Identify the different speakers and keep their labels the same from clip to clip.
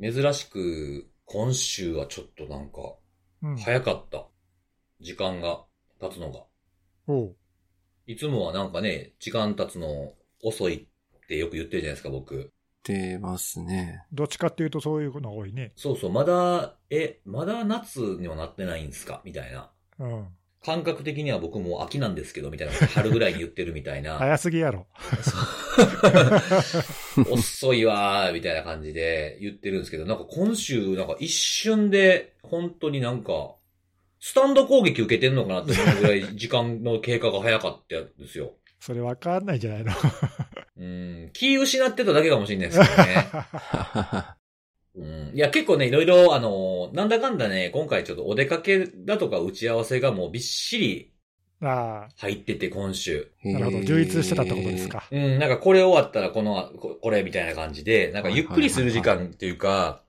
Speaker 1: 珍しく、今週はちょっとなんか、
Speaker 2: うん。
Speaker 1: 早かった。時間が経つのが。
Speaker 2: おう。
Speaker 1: いつもはなんかね、時間経つの遅いってよく言ってるじゃないですか、僕。
Speaker 3: てますね。
Speaker 2: どっちかっていうとそういうのが多いね。
Speaker 1: そうそう、まだ、え、まだ夏にはなってないんですかみたいな。
Speaker 2: うん。
Speaker 1: 感覚的には僕もう秋なんですけど、みたいな。春ぐらいに言ってるみた いな。
Speaker 2: 早すぎやろ。
Speaker 1: 遅いわー、みたいな感じで言ってるんですけど、なんか今週、なんか一瞬で、本当になんか、スタンド攻撃受けてんのかなって思うぐらい時間の経過が早かったんですよ。
Speaker 2: それわかんないじゃないの。
Speaker 1: うん、気失ってただけかもしれないですけどね。うんいや、結構ね、いろいろ、あのーなんだかんだね、今回ちょっとお出かけだとか打ち合わせがもうびっしり
Speaker 2: ああ、
Speaker 1: 入ってて、今週。
Speaker 3: な
Speaker 2: なるほど。充実してたってことです。か。
Speaker 1: うん、なんかこれ終わったらこの、ここれみたいな感じで、なんかゆっくりする時間っていうか、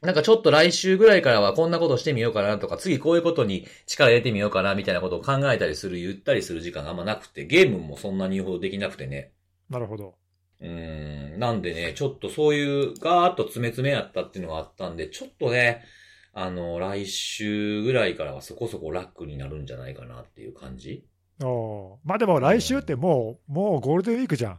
Speaker 1: なんかちょっと来週ぐらいからはこんなことしてみようかなとか、次こういうことに力入れてみようかなみたいなことを考えたりする、ゆったりする時間があんまなくて、ゲームもそんなに言うほどできなくてね。
Speaker 2: なるほど。
Speaker 1: うーん、なんでね、ちょっとそういうガーッと詰め詰めやったっていうのがあったんで、ちょっとね、あの、来週ぐらいからはそこそこ楽になるんじゃないかなっていう感じ。
Speaker 2: おうまあでも来週ってもう、もうゴールデンウィークじゃん。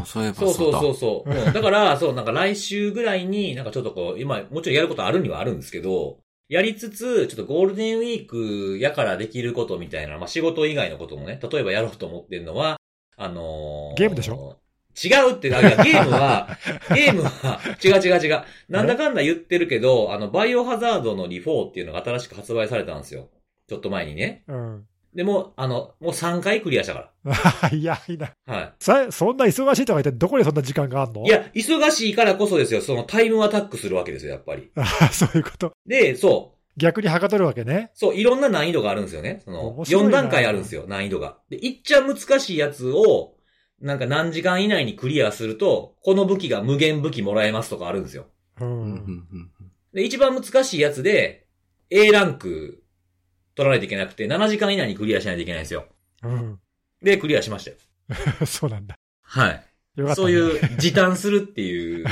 Speaker 3: あそういえば
Speaker 1: そうそう
Speaker 3: だ
Speaker 1: そうそう。うんだから、そう、なんか来週ぐらいになんかちょっとこう、今、もちろんやることあるにはあるんですけど、やりつつ、ちょっとゴールデンウィークやからできることみたいな、まあ仕事以外のこともね、例えばやろうと思ってるのは、あのー
Speaker 2: ゲームでしょ
Speaker 1: 違うって、あいや ゲームは、ゲームは、違う違う違う。なんだかんだ言ってるけど、あの、バイオハザードのリフォーっていうのが新しく発売されたんですよ。ちょっと前にね。
Speaker 2: うん。
Speaker 1: でも、あの、もう3回クリアしたか
Speaker 2: 早いな。
Speaker 1: ら。はい。
Speaker 2: さ、そんな忙しいとか言ってどこにそんな時間があんの
Speaker 1: い、や、忙しいからこそですよ。そのタイムアタックするわけですよ、やっぱり。
Speaker 2: あ そういうこと。
Speaker 1: で、そう。
Speaker 2: 逆にはかどるわけね。
Speaker 1: そう、いろんな難易度があるんですよね。その、
Speaker 2: 面白いな
Speaker 1: 4段階あるんですよ、難易度が。で、いっちゃ難しいやつを、なんか何時間以内にクリアすると、この武器が無限武器もらえますとかあるんですよ。
Speaker 2: う
Speaker 3: うんう
Speaker 2: ん。
Speaker 3: んうん
Speaker 1: で、一番難しいやつで、A ランク取らないといけなくて、7時間以内にクリアしないといけないんですよ。
Speaker 2: うん。
Speaker 1: で、クリアしましたよ。
Speaker 2: そうなん だ。
Speaker 1: はい。
Speaker 2: よかった、
Speaker 1: そういう、時短するっていう、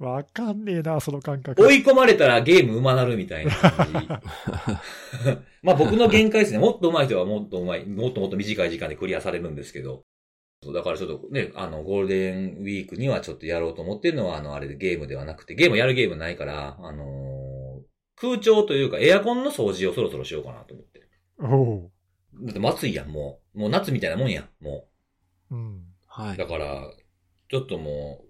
Speaker 2: う。わかんねえな、その感覚。
Speaker 1: 追い込まれたらゲーム上手なるみたいな感じ。まあ僕の限界ですね。もっと上手い人はもっと上手い、もっともっと短い時間でクリアされるんですけど。そうだからちょっとね、あの、ゴールデンウィークにはちょっとやろうと思ってるのは、あの、あれでゲームではなくて、ゲームやるゲームないから、あのー空調というかエアコンの掃除をそろそろしようかなと思って。
Speaker 2: おう。
Speaker 1: だって暑いやん、もう。もう夏みたいなもんやん、も
Speaker 2: うん。
Speaker 3: は
Speaker 1: う。
Speaker 3: い
Speaker 1: だ。から、ちょっとも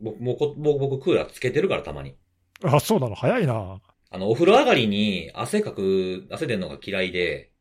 Speaker 1: う、僕、もうこ僕、僕、クーラーつけてるからたまに。
Speaker 2: あ、そうなの。早いな。
Speaker 1: あの、お風呂上がりに汗かく、汗出るのが嫌いで、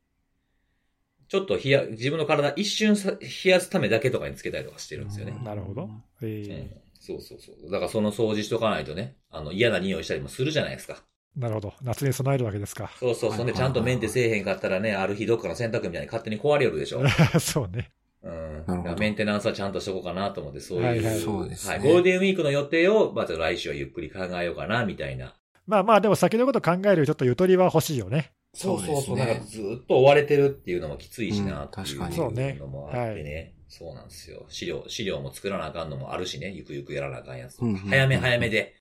Speaker 1: ちょっと冷や、自分の体一瞬さ冷やすためだけとかにつけたりとかしてるんですよね。
Speaker 2: なるほど。
Speaker 1: う
Speaker 2: え
Speaker 1: ん。そうそうそう。だからその掃除しとかないとね、あの、嫌な匂いしたりもするじゃないですか。
Speaker 2: えなるほど。夏に備えるわけですか。
Speaker 1: そうそう。そんでちゃんとメンテせえへんかったらね、ある日どっかの洗濯機みたいに勝手に壊れよるで しょ。
Speaker 2: そうね。
Speaker 1: うん。
Speaker 3: ほど
Speaker 1: だからメンテナンスはちゃんとしとこうかなと思って、そういう。
Speaker 2: はいはい
Speaker 3: そうですね
Speaker 1: はい。ゴールデンウィークの予定を、まず来週はゆっくり考えようかな、みたいな。
Speaker 2: まあまあ、でも先のこと考えるよりちょっとゆとりは欲しいよね。
Speaker 1: そうそうそう。
Speaker 3: そうで
Speaker 1: な
Speaker 3: す
Speaker 1: ん
Speaker 3: ね
Speaker 1: かずっと追われてるっていうのもきついしな、
Speaker 3: うん
Speaker 1: ってい
Speaker 3: 確かに
Speaker 2: そう
Speaker 1: う
Speaker 2: ね
Speaker 1: のもあってね。そうなんですよ。資料、資料も作らなあかんのもあるしね、ゆくゆくやらなあかんやつ。
Speaker 3: うんうんうん
Speaker 1: 早め早めで、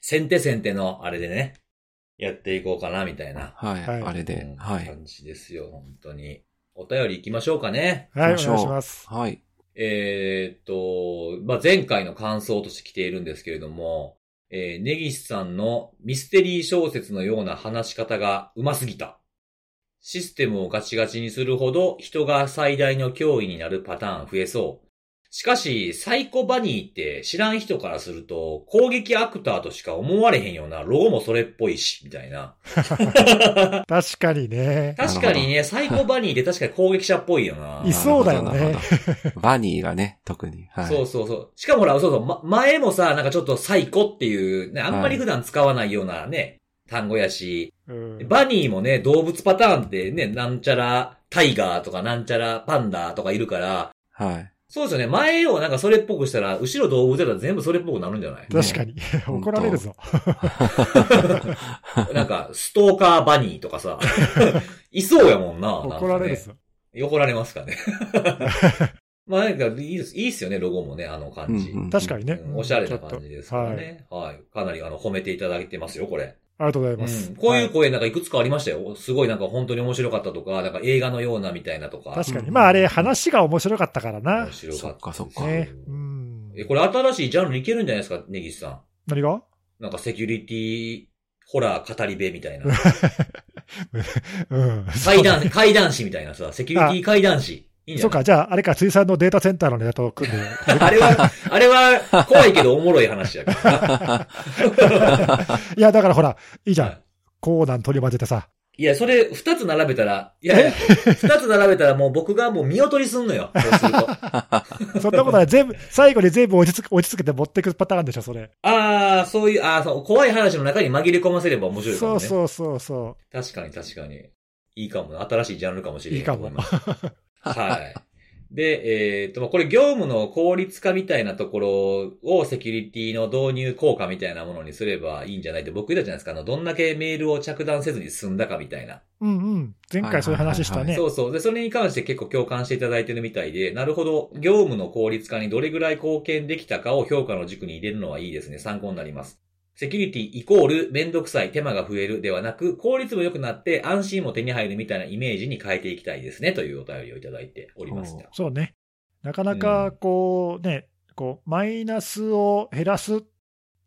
Speaker 1: 先手先手のあれでね、やっていこうかな、みたいな、
Speaker 3: はい、
Speaker 2: はい
Speaker 3: あれ
Speaker 1: う
Speaker 3: で
Speaker 1: ん。
Speaker 3: はい。
Speaker 1: 感じですよ、本当に。お便り行きましょうかね。
Speaker 2: はい、お
Speaker 3: 行きまし
Speaker 2: 願い
Speaker 3: ょう
Speaker 2: します。
Speaker 3: はい。
Speaker 1: えーっと、まあ、前回の感想として来ているんですけれども、えー、根岸さんのミステリー小説のような話し方が上手すぎた。システムをガチガチにするほど人が最大の脅威になるパターン増えそう。しかし、サイコバニーって知らん人からすると攻撃アクターとしか思われへんようなロゴもそれっぽいし、みたいな。
Speaker 2: 確かにね。
Speaker 1: 確かにね、サイコバニーって確かに攻撃者っぽいよな。
Speaker 2: いそうだよね
Speaker 3: なるほど。なる ほどバニーがね、特に。はい。
Speaker 1: そうそうそう。しかもほら、そうそう、ま、前もさ、なんかちょっとサイコっていう、ね、あんまり普段使わないようなね、単語やし、
Speaker 2: うん
Speaker 1: バニーもね、動物パターンってね、なんちゃらタイガーとかなんちゃらパンダとかいるから、
Speaker 3: はい。
Speaker 1: そうですよね、前をなんかそれっぽくしたら、後ろ動物やったら全部それっぽくなるんじゃない
Speaker 2: 確かに。怒られるぞ。
Speaker 1: なんか、ストーカーバニーとか さ、いそうやもんな。なんかね
Speaker 2: 怒られるぞ。
Speaker 1: 怒られますかね。 まあなんかいいです、いいっすよね、ロゴもね、あの感じ。
Speaker 3: うんうん
Speaker 2: 確かにね
Speaker 1: う。んおしゃれな感じですからね。はい、かなりあの褒めていただいてますよ、これ。
Speaker 2: ありがとうございます。
Speaker 1: うんこういう声なんかいくつかありましたよ。すごいなんか本当に面白かったとか、なんか映画のようなみたいなとか。
Speaker 2: 確かに。
Speaker 3: うん
Speaker 2: まああれ、話が面白かったからな
Speaker 1: 面。白かったです
Speaker 3: そっかそっか
Speaker 2: ね。うん。
Speaker 1: え、これ新しいジャンルいけるんじゃないですか、根岸さん。
Speaker 2: 何が
Speaker 1: なんかセキュリティ、ホラー語り部みたいな。
Speaker 2: うん。
Speaker 1: 怪談、怪談師みたいなさ、セキュリティ怪談師。いいんじゃ
Speaker 2: そう
Speaker 1: ない
Speaker 2: か、じゃあ、あれか、水産のデータセンターのネタと 組んで。
Speaker 1: あれは、あれは怖いけどおもろい話やから。
Speaker 2: いや、だからほら、いいじゃ
Speaker 1: は
Speaker 2: ん。コーナン取り混ぜてさ。
Speaker 1: いや、それ二つ並べたら、いやいや、二つ並べたらもう僕がもう見劣りすんのよ。そうすると。
Speaker 2: そんなことない。全部、最後に全部落ち着く、落ち着けて持ってくパターンでしょ、それ。
Speaker 1: ああ、そういう、ああ、そう、怖い話の中に紛れ込ませれば面白いかも
Speaker 2: そ
Speaker 1: ね。
Speaker 2: うそうそうそ
Speaker 1: 確かに確かに。いいかもな。新しいジャンルかもしれない。
Speaker 2: いいかも
Speaker 1: と思います。 はい。で、えーっと、まあこれ業務の効率化みたいなところをセキュリティの導入効果みたいなものにすればいいんじゃないって僕言ったじゃないですか。あの、どんだけメールを着弾せずに済んだかみたいな。
Speaker 2: う。うんうん。前回そういう話したね
Speaker 1: そ。うそう。で、それに関して結構共感していただいてるみたいで、なるほど、業務の効率化にどれぐらい貢献できたかを評価の軸に入れるのはいいですね。参考になります。セキュリティイコールめんどくさい手間が増えるではなく、効率も良くなって安心も手に入るみたいなイメージに変えていきたいですね、というお便りをいただいておりました。
Speaker 2: そうね。なかなか、こうね、こう、マイナスを減らすっ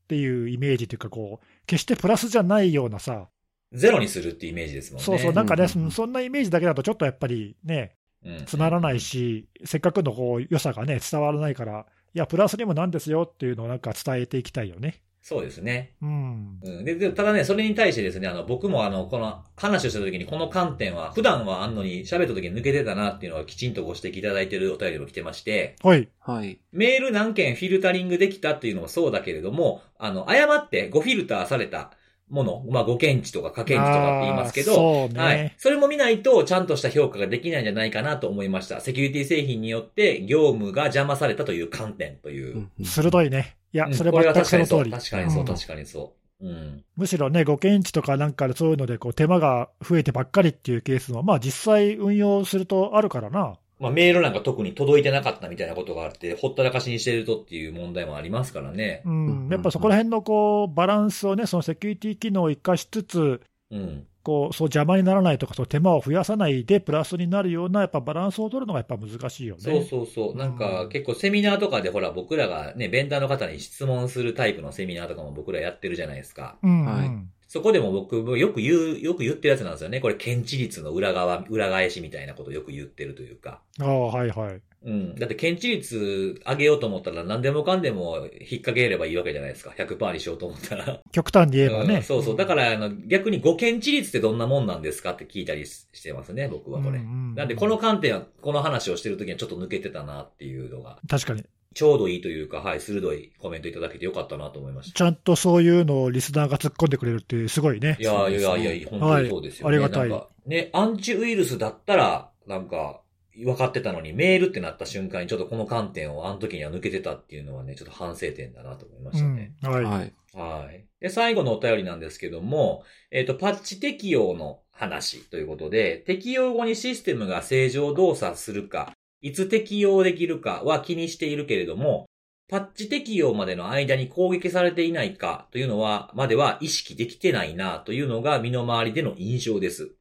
Speaker 2: ていうイメージというか、こう、決してプラスじゃないようなさ、
Speaker 1: ゼロにするってイメージですもんね。
Speaker 2: そうそう、なんかね、
Speaker 3: うんうんうん
Speaker 2: そんなイメージだけだと、ちょっとやっぱりね、
Speaker 1: うん
Speaker 2: つまらないし、せっかくのこう良さがね、伝わらないから、いや、プラスにもなんですよっていうのをなんか伝えていきたいよね。
Speaker 1: そうですね。
Speaker 2: うん。
Speaker 1: うんで、でただね、それに対してですね、あの、僕もあの、この話をした時にこの観点は、普段はあんのに喋った時に抜けてたなっていうのはきちんとご指摘いただいてるお便りも来てまして、
Speaker 2: はい。
Speaker 3: はい。
Speaker 1: メール何件フィルタリングできたっていうのもそうだけれども、あの、誤って5フィルターされたもの、まあ5検知とか可検知とかって言いますけ
Speaker 2: あ
Speaker 1: ど、
Speaker 2: ーそうね。
Speaker 1: はい。それも見ないと、ちゃんとした評価ができないんじゃないかなと思いました。セキュリティ製品によって、業務が邪魔されたという観点という。
Speaker 3: うんうん
Speaker 2: 鋭いね。いや、
Speaker 1: うん
Speaker 2: それ
Speaker 1: こ
Speaker 2: は全く
Speaker 1: 確か
Speaker 2: そ
Speaker 1: に
Speaker 2: の
Speaker 1: そ
Speaker 2: 通
Speaker 1: う。
Speaker 2: り。
Speaker 1: 確かにそう、
Speaker 2: うん
Speaker 1: 確かにそう。うん。
Speaker 2: むしろね、ご検知とかなんかでそういうので、こう、手間が増えてばっかりっていうケースも、まあ実際運用するとあるからな。
Speaker 1: まあ、メールなんか特に届いてなかったみたいなことがあって、ほったらかしにしてるとっていう問題もありますからね。
Speaker 2: う
Speaker 3: うんうん
Speaker 2: ん。やっぱそこら辺のこう、バランスをね、そのセキュリティ機能を生かしつつ、
Speaker 1: うん。
Speaker 2: こう、そう邪魔にならないとか、そう手間を増やさないで、プラスになるような、やっぱバランスを取るのがやっぱ難しいよね。
Speaker 1: そうそうそう。なんか
Speaker 2: うん
Speaker 1: 結構セミナーとかでほら僕らがね、ベンダーの方に質問するタイプのセミナーとかも僕らやってるじゃないですか。
Speaker 2: うんうん。
Speaker 3: はい
Speaker 1: そこでも僕もよく言う、よく言ってるやつなんですよね。これ検知率の裏側、裏返しみたいなことをよく言ってるというか。
Speaker 2: ああ、はいはい。
Speaker 1: うん。だって検知率上げようと思ったら何でもかんでも引っ掛ければいいわけじゃないですか。100%にしようと思ったら。
Speaker 2: 極端に言えば
Speaker 1: う
Speaker 2: ね。
Speaker 1: んそうそう。だから、あの、逆にご検知率ってどんなもんなんですかって聞いたりししてますね、僕はこれ。なんで、この観点は、この話をしてる時にはちょっと抜けてたなっていうのが、
Speaker 2: 確かに、
Speaker 1: ちょうどいいというか、はい、鋭いコメントいただけてよかったなと思いました。
Speaker 2: ちゃんとそういうのをリスナーが突っ込んでくれるっていう、すごいね
Speaker 1: い。やいやいやいや、本当にそうですよね。
Speaker 2: はいありがたい
Speaker 1: なんかね、アンチウイルスだったら、なんか、分かってたのに、メールってなった瞬間にちょっとこの観点をあの時には抜けてたっていうのはね、ちょっと反省点だなと思いま
Speaker 2: う
Speaker 1: したね。
Speaker 2: ん、は
Speaker 3: はい。
Speaker 1: はい。で、最後のお便りなんですけども、えっ、と、パッチ適用の話ということで、適用後にシステムが正常動作するか、いつ適用できるかは気にしているけれども、パッチ適用までの間に攻撃されていないかというのは、までは意識できてないなというのが身の回りでの印象です。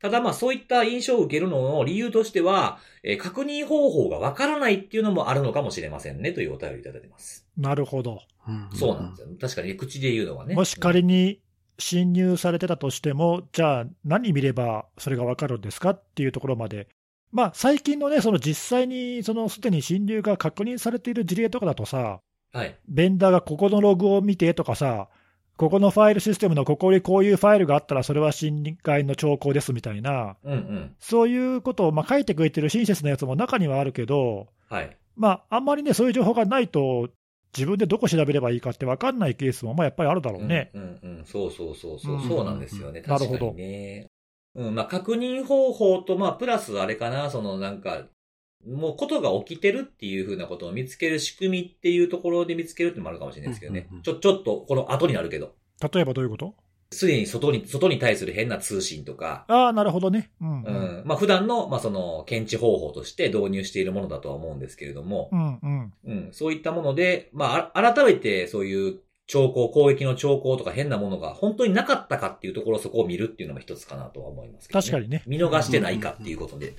Speaker 1: ただまあそういった印象を受けるのの理由としては、えー確認方法がわからないっていうのもあるのかもしれませんねというお便りいただいてます。
Speaker 2: い。なるほど。
Speaker 1: そうなんですよ。確かに口で言うのはね。
Speaker 2: もし仮に侵入されてたとしても、じゃあ何見ればそれが分かるんですかっていうところまで。まあ、最近のね、その実際に、そのすでに侵入が確認されている事例とかだとさ、
Speaker 1: はい。
Speaker 2: ベンダーがここのログを見てとかさ、ここのファイルシステムのここにこういうファイルがあったら、それは侵害の兆候ですみたいな、
Speaker 1: うんうん。
Speaker 2: そういうことをまあ書いてくれてる親切なやつも中にはあるけど、
Speaker 1: はい。
Speaker 2: まあ、あんまりね、そういう情報がないと、自分でどこ調べればいいかって分かんないケースもまあやっぱりあるだろうね。
Speaker 1: うんうんうん。そうそうそうそう。
Speaker 2: うん
Speaker 1: そうなんですよね。
Speaker 2: なる
Speaker 1: 確
Speaker 2: ほ
Speaker 1: か
Speaker 2: ど
Speaker 1: にね。うん、まあ確認方法と、まあプラスあれかな、そのなんか、もうことが起きてるっていうふうなことを見つける仕組みっていうところで見つけるってのもあるかもしれないですけどね。
Speaker 3: うんうんうん
Speaker 1: ちょ、ちょっと、この後になるけど。
Speaker 2: 例えばどういうこと
Speaker 1: すでに外に、外に対する変な通信とか、
Speaker 2: ああ、なるほどね。うん。
Speaker 1: う
Speaker 2: う
Speaker 1: ん、
Speaker 2: ん。
Speaker 1: まあ普段の、まあその、検知方法として導入しているものだとは思うんですけれども
Speaker 2: う、ん。うん。
Speaker 1: うん、そういったもので、まああ、改めてそういう兆候、攻撃の兆候とか変なものが本当になかったかっていうところそこを見るっていうのも一つかなとは思いますけど、ね。
Speaker 2: 確かにね。
Speaker 1: 見逃してないかっていうことで。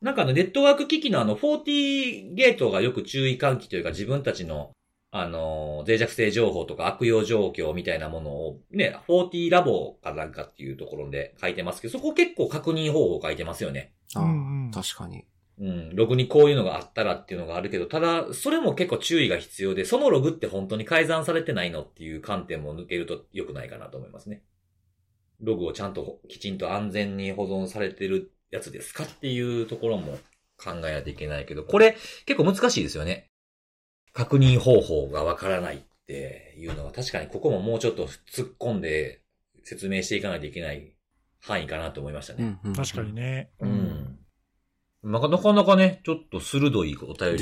Speaker 1: なんかあの、ネットワーク機器のあの、40ゲートがよく注意喚起というか自分たちの、あの、脆弱性情報とか悪用状況みたいなものを、ね、40ラボかなんかっていうところで書いてますけど、そこ結構確認方法書いてますよね。
Speaker 3: あ
Speaker 2: うんうん
Speaker 3: 確かに。
Speaker 1: うん、ログにこういうのがあったらっていうのがあるけど、ただ、それも結構注意が必要で、そのログって本当に改ざんされてないのっていう観点も抜けると良くないかなと思いますね。ログをちゃんときちんと安全に保存されてるやつですかっていうところも考えないといけないけど、これ結構難しいですよね。確認方法がわからないっていうのは確かにここももうちょっと突っ込んで説明していかないといけない範囲かなと思いましたね。
Speaker 3: うんうん
Speaker 2: 確かに。ね。
Speaker 1: うん。なかなかなかね、ちょっと鋭いお便りが多かっ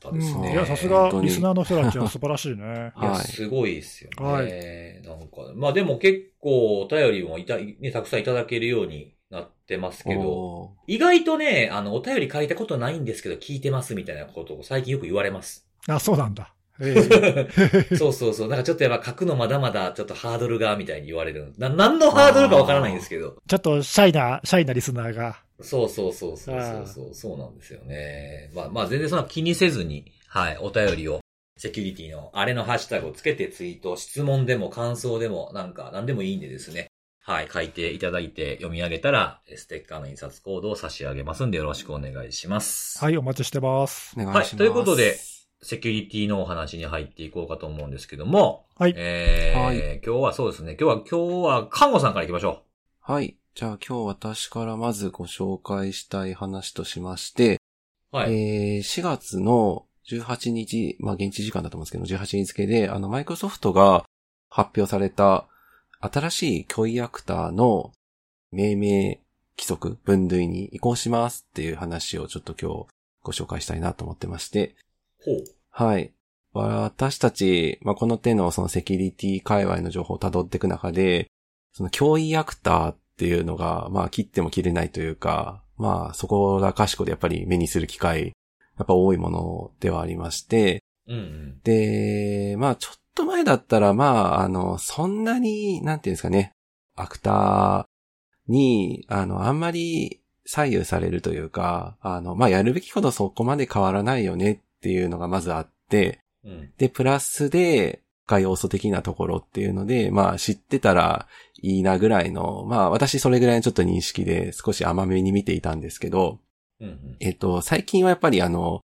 Speaker 1: た
Speaker 2: う
Speaker 1: です
Speaker 2: ん。
Speaker 1: ね。
Speaker 2: いや、さす
Speaker 3: 本
Speaker 2: が
Speaker 3: 当に
Speaker 2: リスナーの人たちは素晴らしい ね。
Speaker 1: いや、
Speaker 3: はい
Speaker 1: すごいですよね。
Speaker 2: は
Speaker 1: なんか、まあでも結構お便りもいた、ね、たくさんいただけるようになってますけど、
Speaker 3: おー
Speaker 1: 意外とね、あの、お便り書いたことないんですけど、聞いてますみたいなことを最近よく言われます。
Speaker 2: あ、そうなんだ。ええ
Speaker 1: そうそうそう。なんかちょっとやっぱ書くのまだまだちょっとハードルが、みたいに言われる。な、何のハードルかわからないんですけど。
Speaker 2: ちょっとシャイな、シャイなリスナーが。
Speaker 1: そうそうそうそうそうそう、そうなんですよね。まあまあ全然そんな気にせずに、はい、お便りを、セキュリティのあれのハッシュタグをつけてツイート、質問でも感想でもなんか何でもいいんでですね。はい、書いていただいて読み上げたら、えステッカーの印刷コードを差し上げますんでよろしくお願いします。
Speaker 2: はい、お待ちしてます。
Speaker 3: お願いします。
Speaker 1: はいということでセキュリティのお話に入っていこうかと思うんですけども、
Speaker 2: はい
Speaker 1: えー
Speaker 3: はい
Speaker 1: 今日はそうですね、今日は、今日は、看護さんから行きましょ
Speaker 3: はい。じゃあ今日私からまずご紹介したい話としまして、
Speaker 1: う。はい。
Speaker 3: えー、4月の18日、まあ現地時間だと思うんですけど、18日付で、あの、マイクロソフトが発表された新しい虚偽アクターの命名規則、分類に移行しますっていう話をちょっと今日ご紹介したいなと思ってまして、
Speaker 1: ほう。
Speaker 3: はい。私たち、まあ、この手のそのセキュリティ界隈の情報を辿っていく中で、その脅威アクターっていうのが、まあ、切っても切れないというか、まあ、そこらかしこでやっぱり目にする機会、やっぱ多いものではありまして、
Speaker 1: うんうん。
Speaker 3: で、まあ、ちょっと前だったら、まあ、あの、そんなに、なんていうんですかね、アクターに、あの、あんまり左右されるというか、あの、まあ、やるべきことそこまで変わらないよねっていうのがまずあって、
Speaker 1: うん。
Speaker 3: で、プラスで、が要素的なところっていうので、まあ知ってたらいいなぐらいの、まあ私それぐらいのちょっと認識で少し甘めに見ていたんですけど、
Speaker 1: うんうん。
Speaker 3: えっと、最近はやっぱりあの、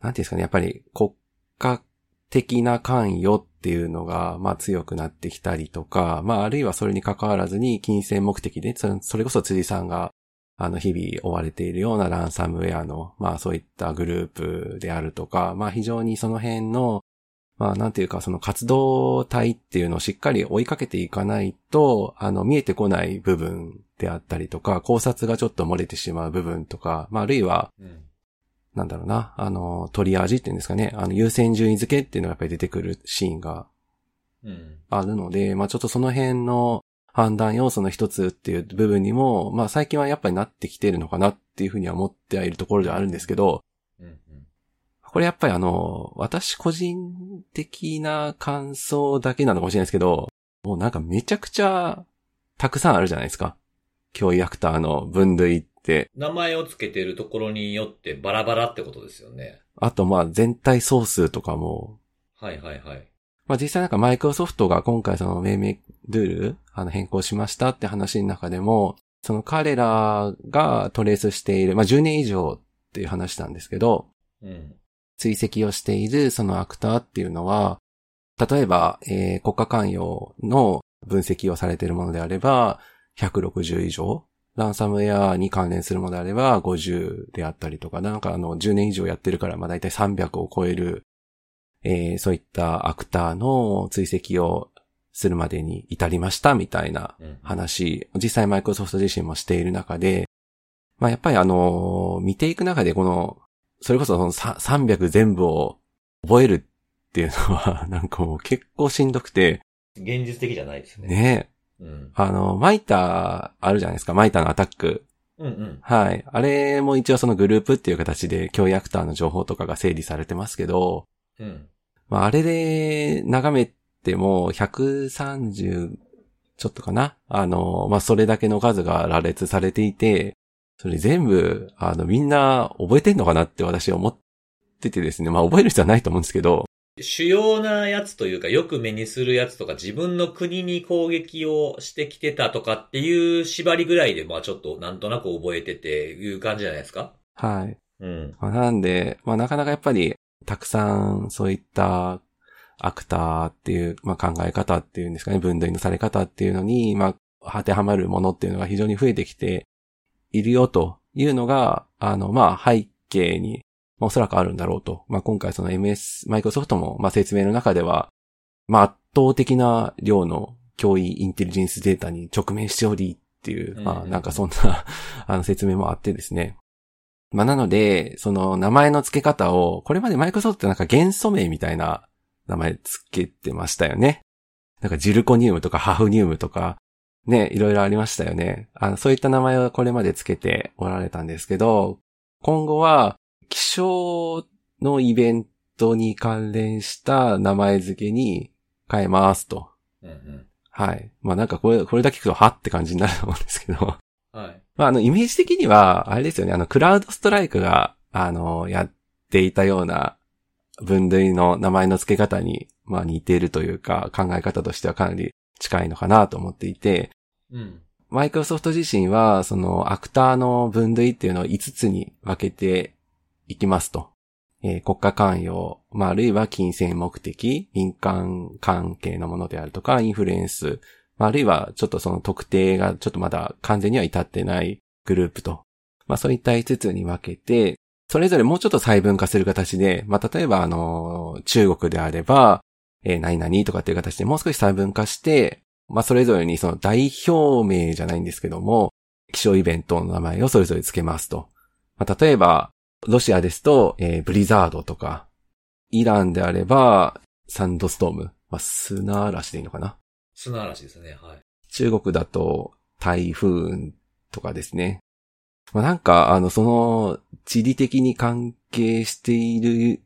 Speaker 3: なんていうんですかね、やっぱり国家的な関与っていうのが、まあ強くなってきたりとか、まああるいはそれに関わらずに金銭目的で、それそれこそ辻さんが、あの、日々追われているようなランサムウェアの、まあそういったグループであるとか、まあ非常にその辺の、まあなんていうかその活動体っていうのをしっかり追いかけていかないと、あの見えてこない部分であったりとか、考察がちょっと漏れてしまう部分とか、まああるいは
Speaker 1: うん。
Speaker 3: なんだろうな、あの、トリアージっていうんですかね、あの、優先順位付けっていうのがやっぱり出てくるシーンが
Speaker 1: うん。
Speaker 3: あるので、まあちょっとその辺の判断要素の一つっていう部分にも、まあ最近はやっぱりなってきてるのかなっていうふうには思ってはいるところではあるんですけど、
Speaker 1: うんうん。
Speaker 3: これやっぱりあの、私個人的な感想だけなのかもしれないですけど、もうなんかめちゃくちゃたくさんあるじゃないですか。教育アクターの分類って。
Speaker 1: 名前をつけてるところによってバラバラってことですよね。
Speaker 3: あとまあ全体総数とかも
Speaker 1: はいはいはい。
Speaker 3: まあ実際なんかマイクロソフトが今回その命名ルール、あの変更しましたって話の中でも、その彼らがトレースしている、まあ10年以上っていう話なんですけど、
Speaker 1: うん。
Speaker 3: 追跡をしているそのアクターっていうのは、例えば、えー国家関与の分析をされているものであれば、160以上、ランサムウェアに関連するものであれば、50であったりとか、なんかあの、10年以上やってるから、まあ大体300を超える、えーそういったアクターの追跡をするまでに至りました、みたいな
Speaker 1: うん。
Speaker 3: 話、実際マイクロソフト自身もしている中で、まあやっぱりあの、見ていく中でこの、それこそそのさ300全部を覚え るっていうのは、なんかもう結構しんどくて、
Speaker 1: 現実的じゃないですね。
Speaker 3: ねえ、
Speaker 1: うん。
Speaker 3: あの、マイターあるじゃないですか、マイターのアタック。
Speaker 1: うんうん。
Speaker 3: はい。あれも一応そのグループっていう形で、脅威アクターの情報とかが整理されてますけど、
Speaker 1: うん。
Speaker 3: まあ、あれで眺めても130ちょっとかなあの、まあ、それだけの数が羅列されていて、それ全部、あの、みんな覚えてんのかなって私思っててですね。まあ、覚える人はないと思うんですけど、
Speaker 1: 主要なやつというか、よく目にするやつとか、自分の国に攻撃をしてきてたとかっていう縛りぐらいで、まあちょっとなんとなく覚えてていう感じじゃないですか
Speaker 3: はい。
Speaker 1: うん。
Speaker 3: まあ、なんで、まあ、なかなかやっぱり、たくさんそういったアクターっていう、まあ、考え方っていうんですかね、分類のされ方っていうのに、まあ、当てはまるものっていうのが非常に増えてきているよというのが、あの、まあ、背景に、まあ、おそらくあるんだろうと。まあ、今回その MS、マイクロソフトも、まあ、説明の中では、まあ、圧倒的な量の脅威インテリジェンスデータに直面しておりっていう、ま
Speaker 1: う
Speaker 3: あ、
Speaker 1: ん
Speaker 3: なんかそんな、 あの、説明もあってですね。まあ、なので、その名前の付け方を、これまでマイクロソフトってなんか元素名みたいな名前付けてましたよね。なんかジルコニウムとかハフニウムとか、ね、いろいろありましたよね。あの、そういった名前をこれまで付けておられたんですけど、今後は、気象のイベントに関連した名前付けに変えますと。
Speaker 1: うんうん。
Speaker 3: はい。まあなんかこれ、これだけ聞くとはって感じになると思うんですけど。
Speaker 1: はい。
Speaker 3: まあ、あの、イメージ的には、あれですよね、あの、クラウドストライクが、あの、やっていたような分類の名前の付け方に、まあ、似ているというか、考え方としてはかなり近いのかなと思っていて、
Speaker 1: うん。
Speaker 3: マイクロソフト自身は、その、アクターの分類っていうのを5つに分けていきますと。えー国家関与、まあ、あるいは金銭目的、民間関係のものであるとか、インフルエンス、まあ、あるいはちょっとその特定がちょっとまだ完全には至ってないグループと。まあ、そういった5つに分けて、それぞれもうちょっと細分化する形で、まあ、例えば、あの、中国であれば、えー何々とかっていう形でもう少し細分化して、まあ、それぞれにその代表名じゃないんですけども、気象イベントの名前をそれぞれ付けますと。まあ、例えば、ロシアですと、えーブリザードとか、イランであれば、サンドストーム。まあ、砂嵐でいいのかな。
Speaker 1: 砂嵐ですね。はい。
Speaker 3: 中国だと、台風とかですね。まあ、なんか、あの、その、地理的に関係している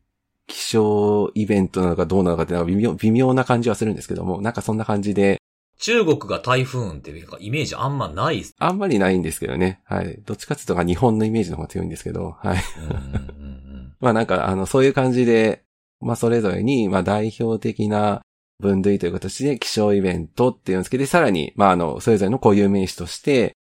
Speaker 3: 気象イベントなのかどうなのかっていうのは微妙微妙な感じはするんですけども、なんかそんな感じで、
Speaker 1: 中国が台風っていうか、イメージあんまないっす。
Speaker 3: あんまりないんですけどね。はい。どっちかっていうと日本のイメージの方が強いんですけど、はい。
Speaker 1: うんうんうん
Speaker 3: まあなんか、あの、そういう感じで、まあそれぞれに、まあ代表的な分類という形で気象イベントっていうのをつけて、さらに、まああの、それぞれの固有名詞として、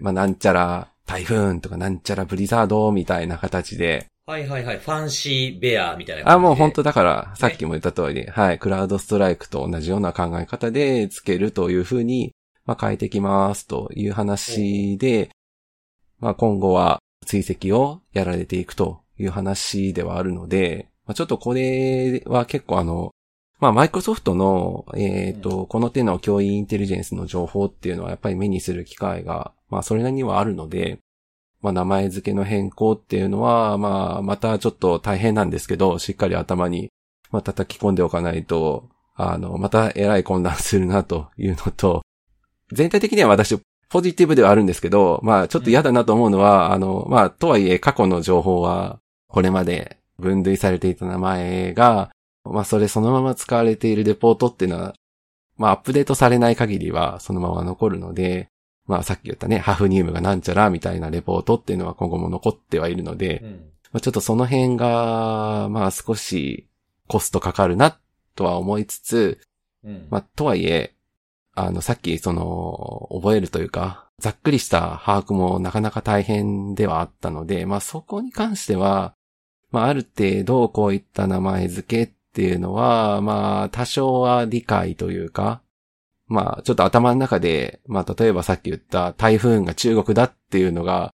Speaker 3: まあなんちゃら台風とかなんちゃらブリザードみたいな形で、
Speaker 1: はいはいはい。ファンシーベアみたいな感じで。
Speaker 3: あ、もう本当だから、さっきも言った通り、はい、クラウドストライクと同じような考え方でつけるというふうに、まあ、変えてきますという話で、まあ、今後は追跡をやられていくという話ではあるので、まあ、ちょっとこれは結構あの、まあ、マイクロソフトの、えっ、と、この手の教員インテリジェンスの情報っていうのはやっぱり目にする機会が、まあ、それなりにはあるので、まあ、名前付けの変更っていうのは、まあ、またちょっと大変なんですけど、しっかり頭に、まあ、叩き込んでおかないと、あの、またえらい混乱するなというのと、全体的には私、ポジティブではあるんですけど、まあ、ちょっと嫌だなと思うのは、あの、まあ、とはいえ過去の情報は、これまで分類されていた名前が、まあ、それそのまま使われているレポートっていうのは、まあ、アップデートされない限りは、そのまま残るので、まあさっき言ったね、ハフニウムがなんちゃらみたいなレポートっていうのは今後も残ってはいるので
Speaker 1: う、ん。
Speaker 3: まあ、ちょっとその辺が、まあ少しコストかかるなとは思いつつ、
Speaker 1: うん。
Speaker 3: まあとはいえ、あのさっきその覚えるというか、ざっくりした把握もなかなか大変ではあったので、まあそこに関しては、まあある程度こういった名前付けっていうのは、まあ多少は理解というか、まあ、ちょっと頭の中で、まあ、例えばさっき言った台風が中国だっていうのが、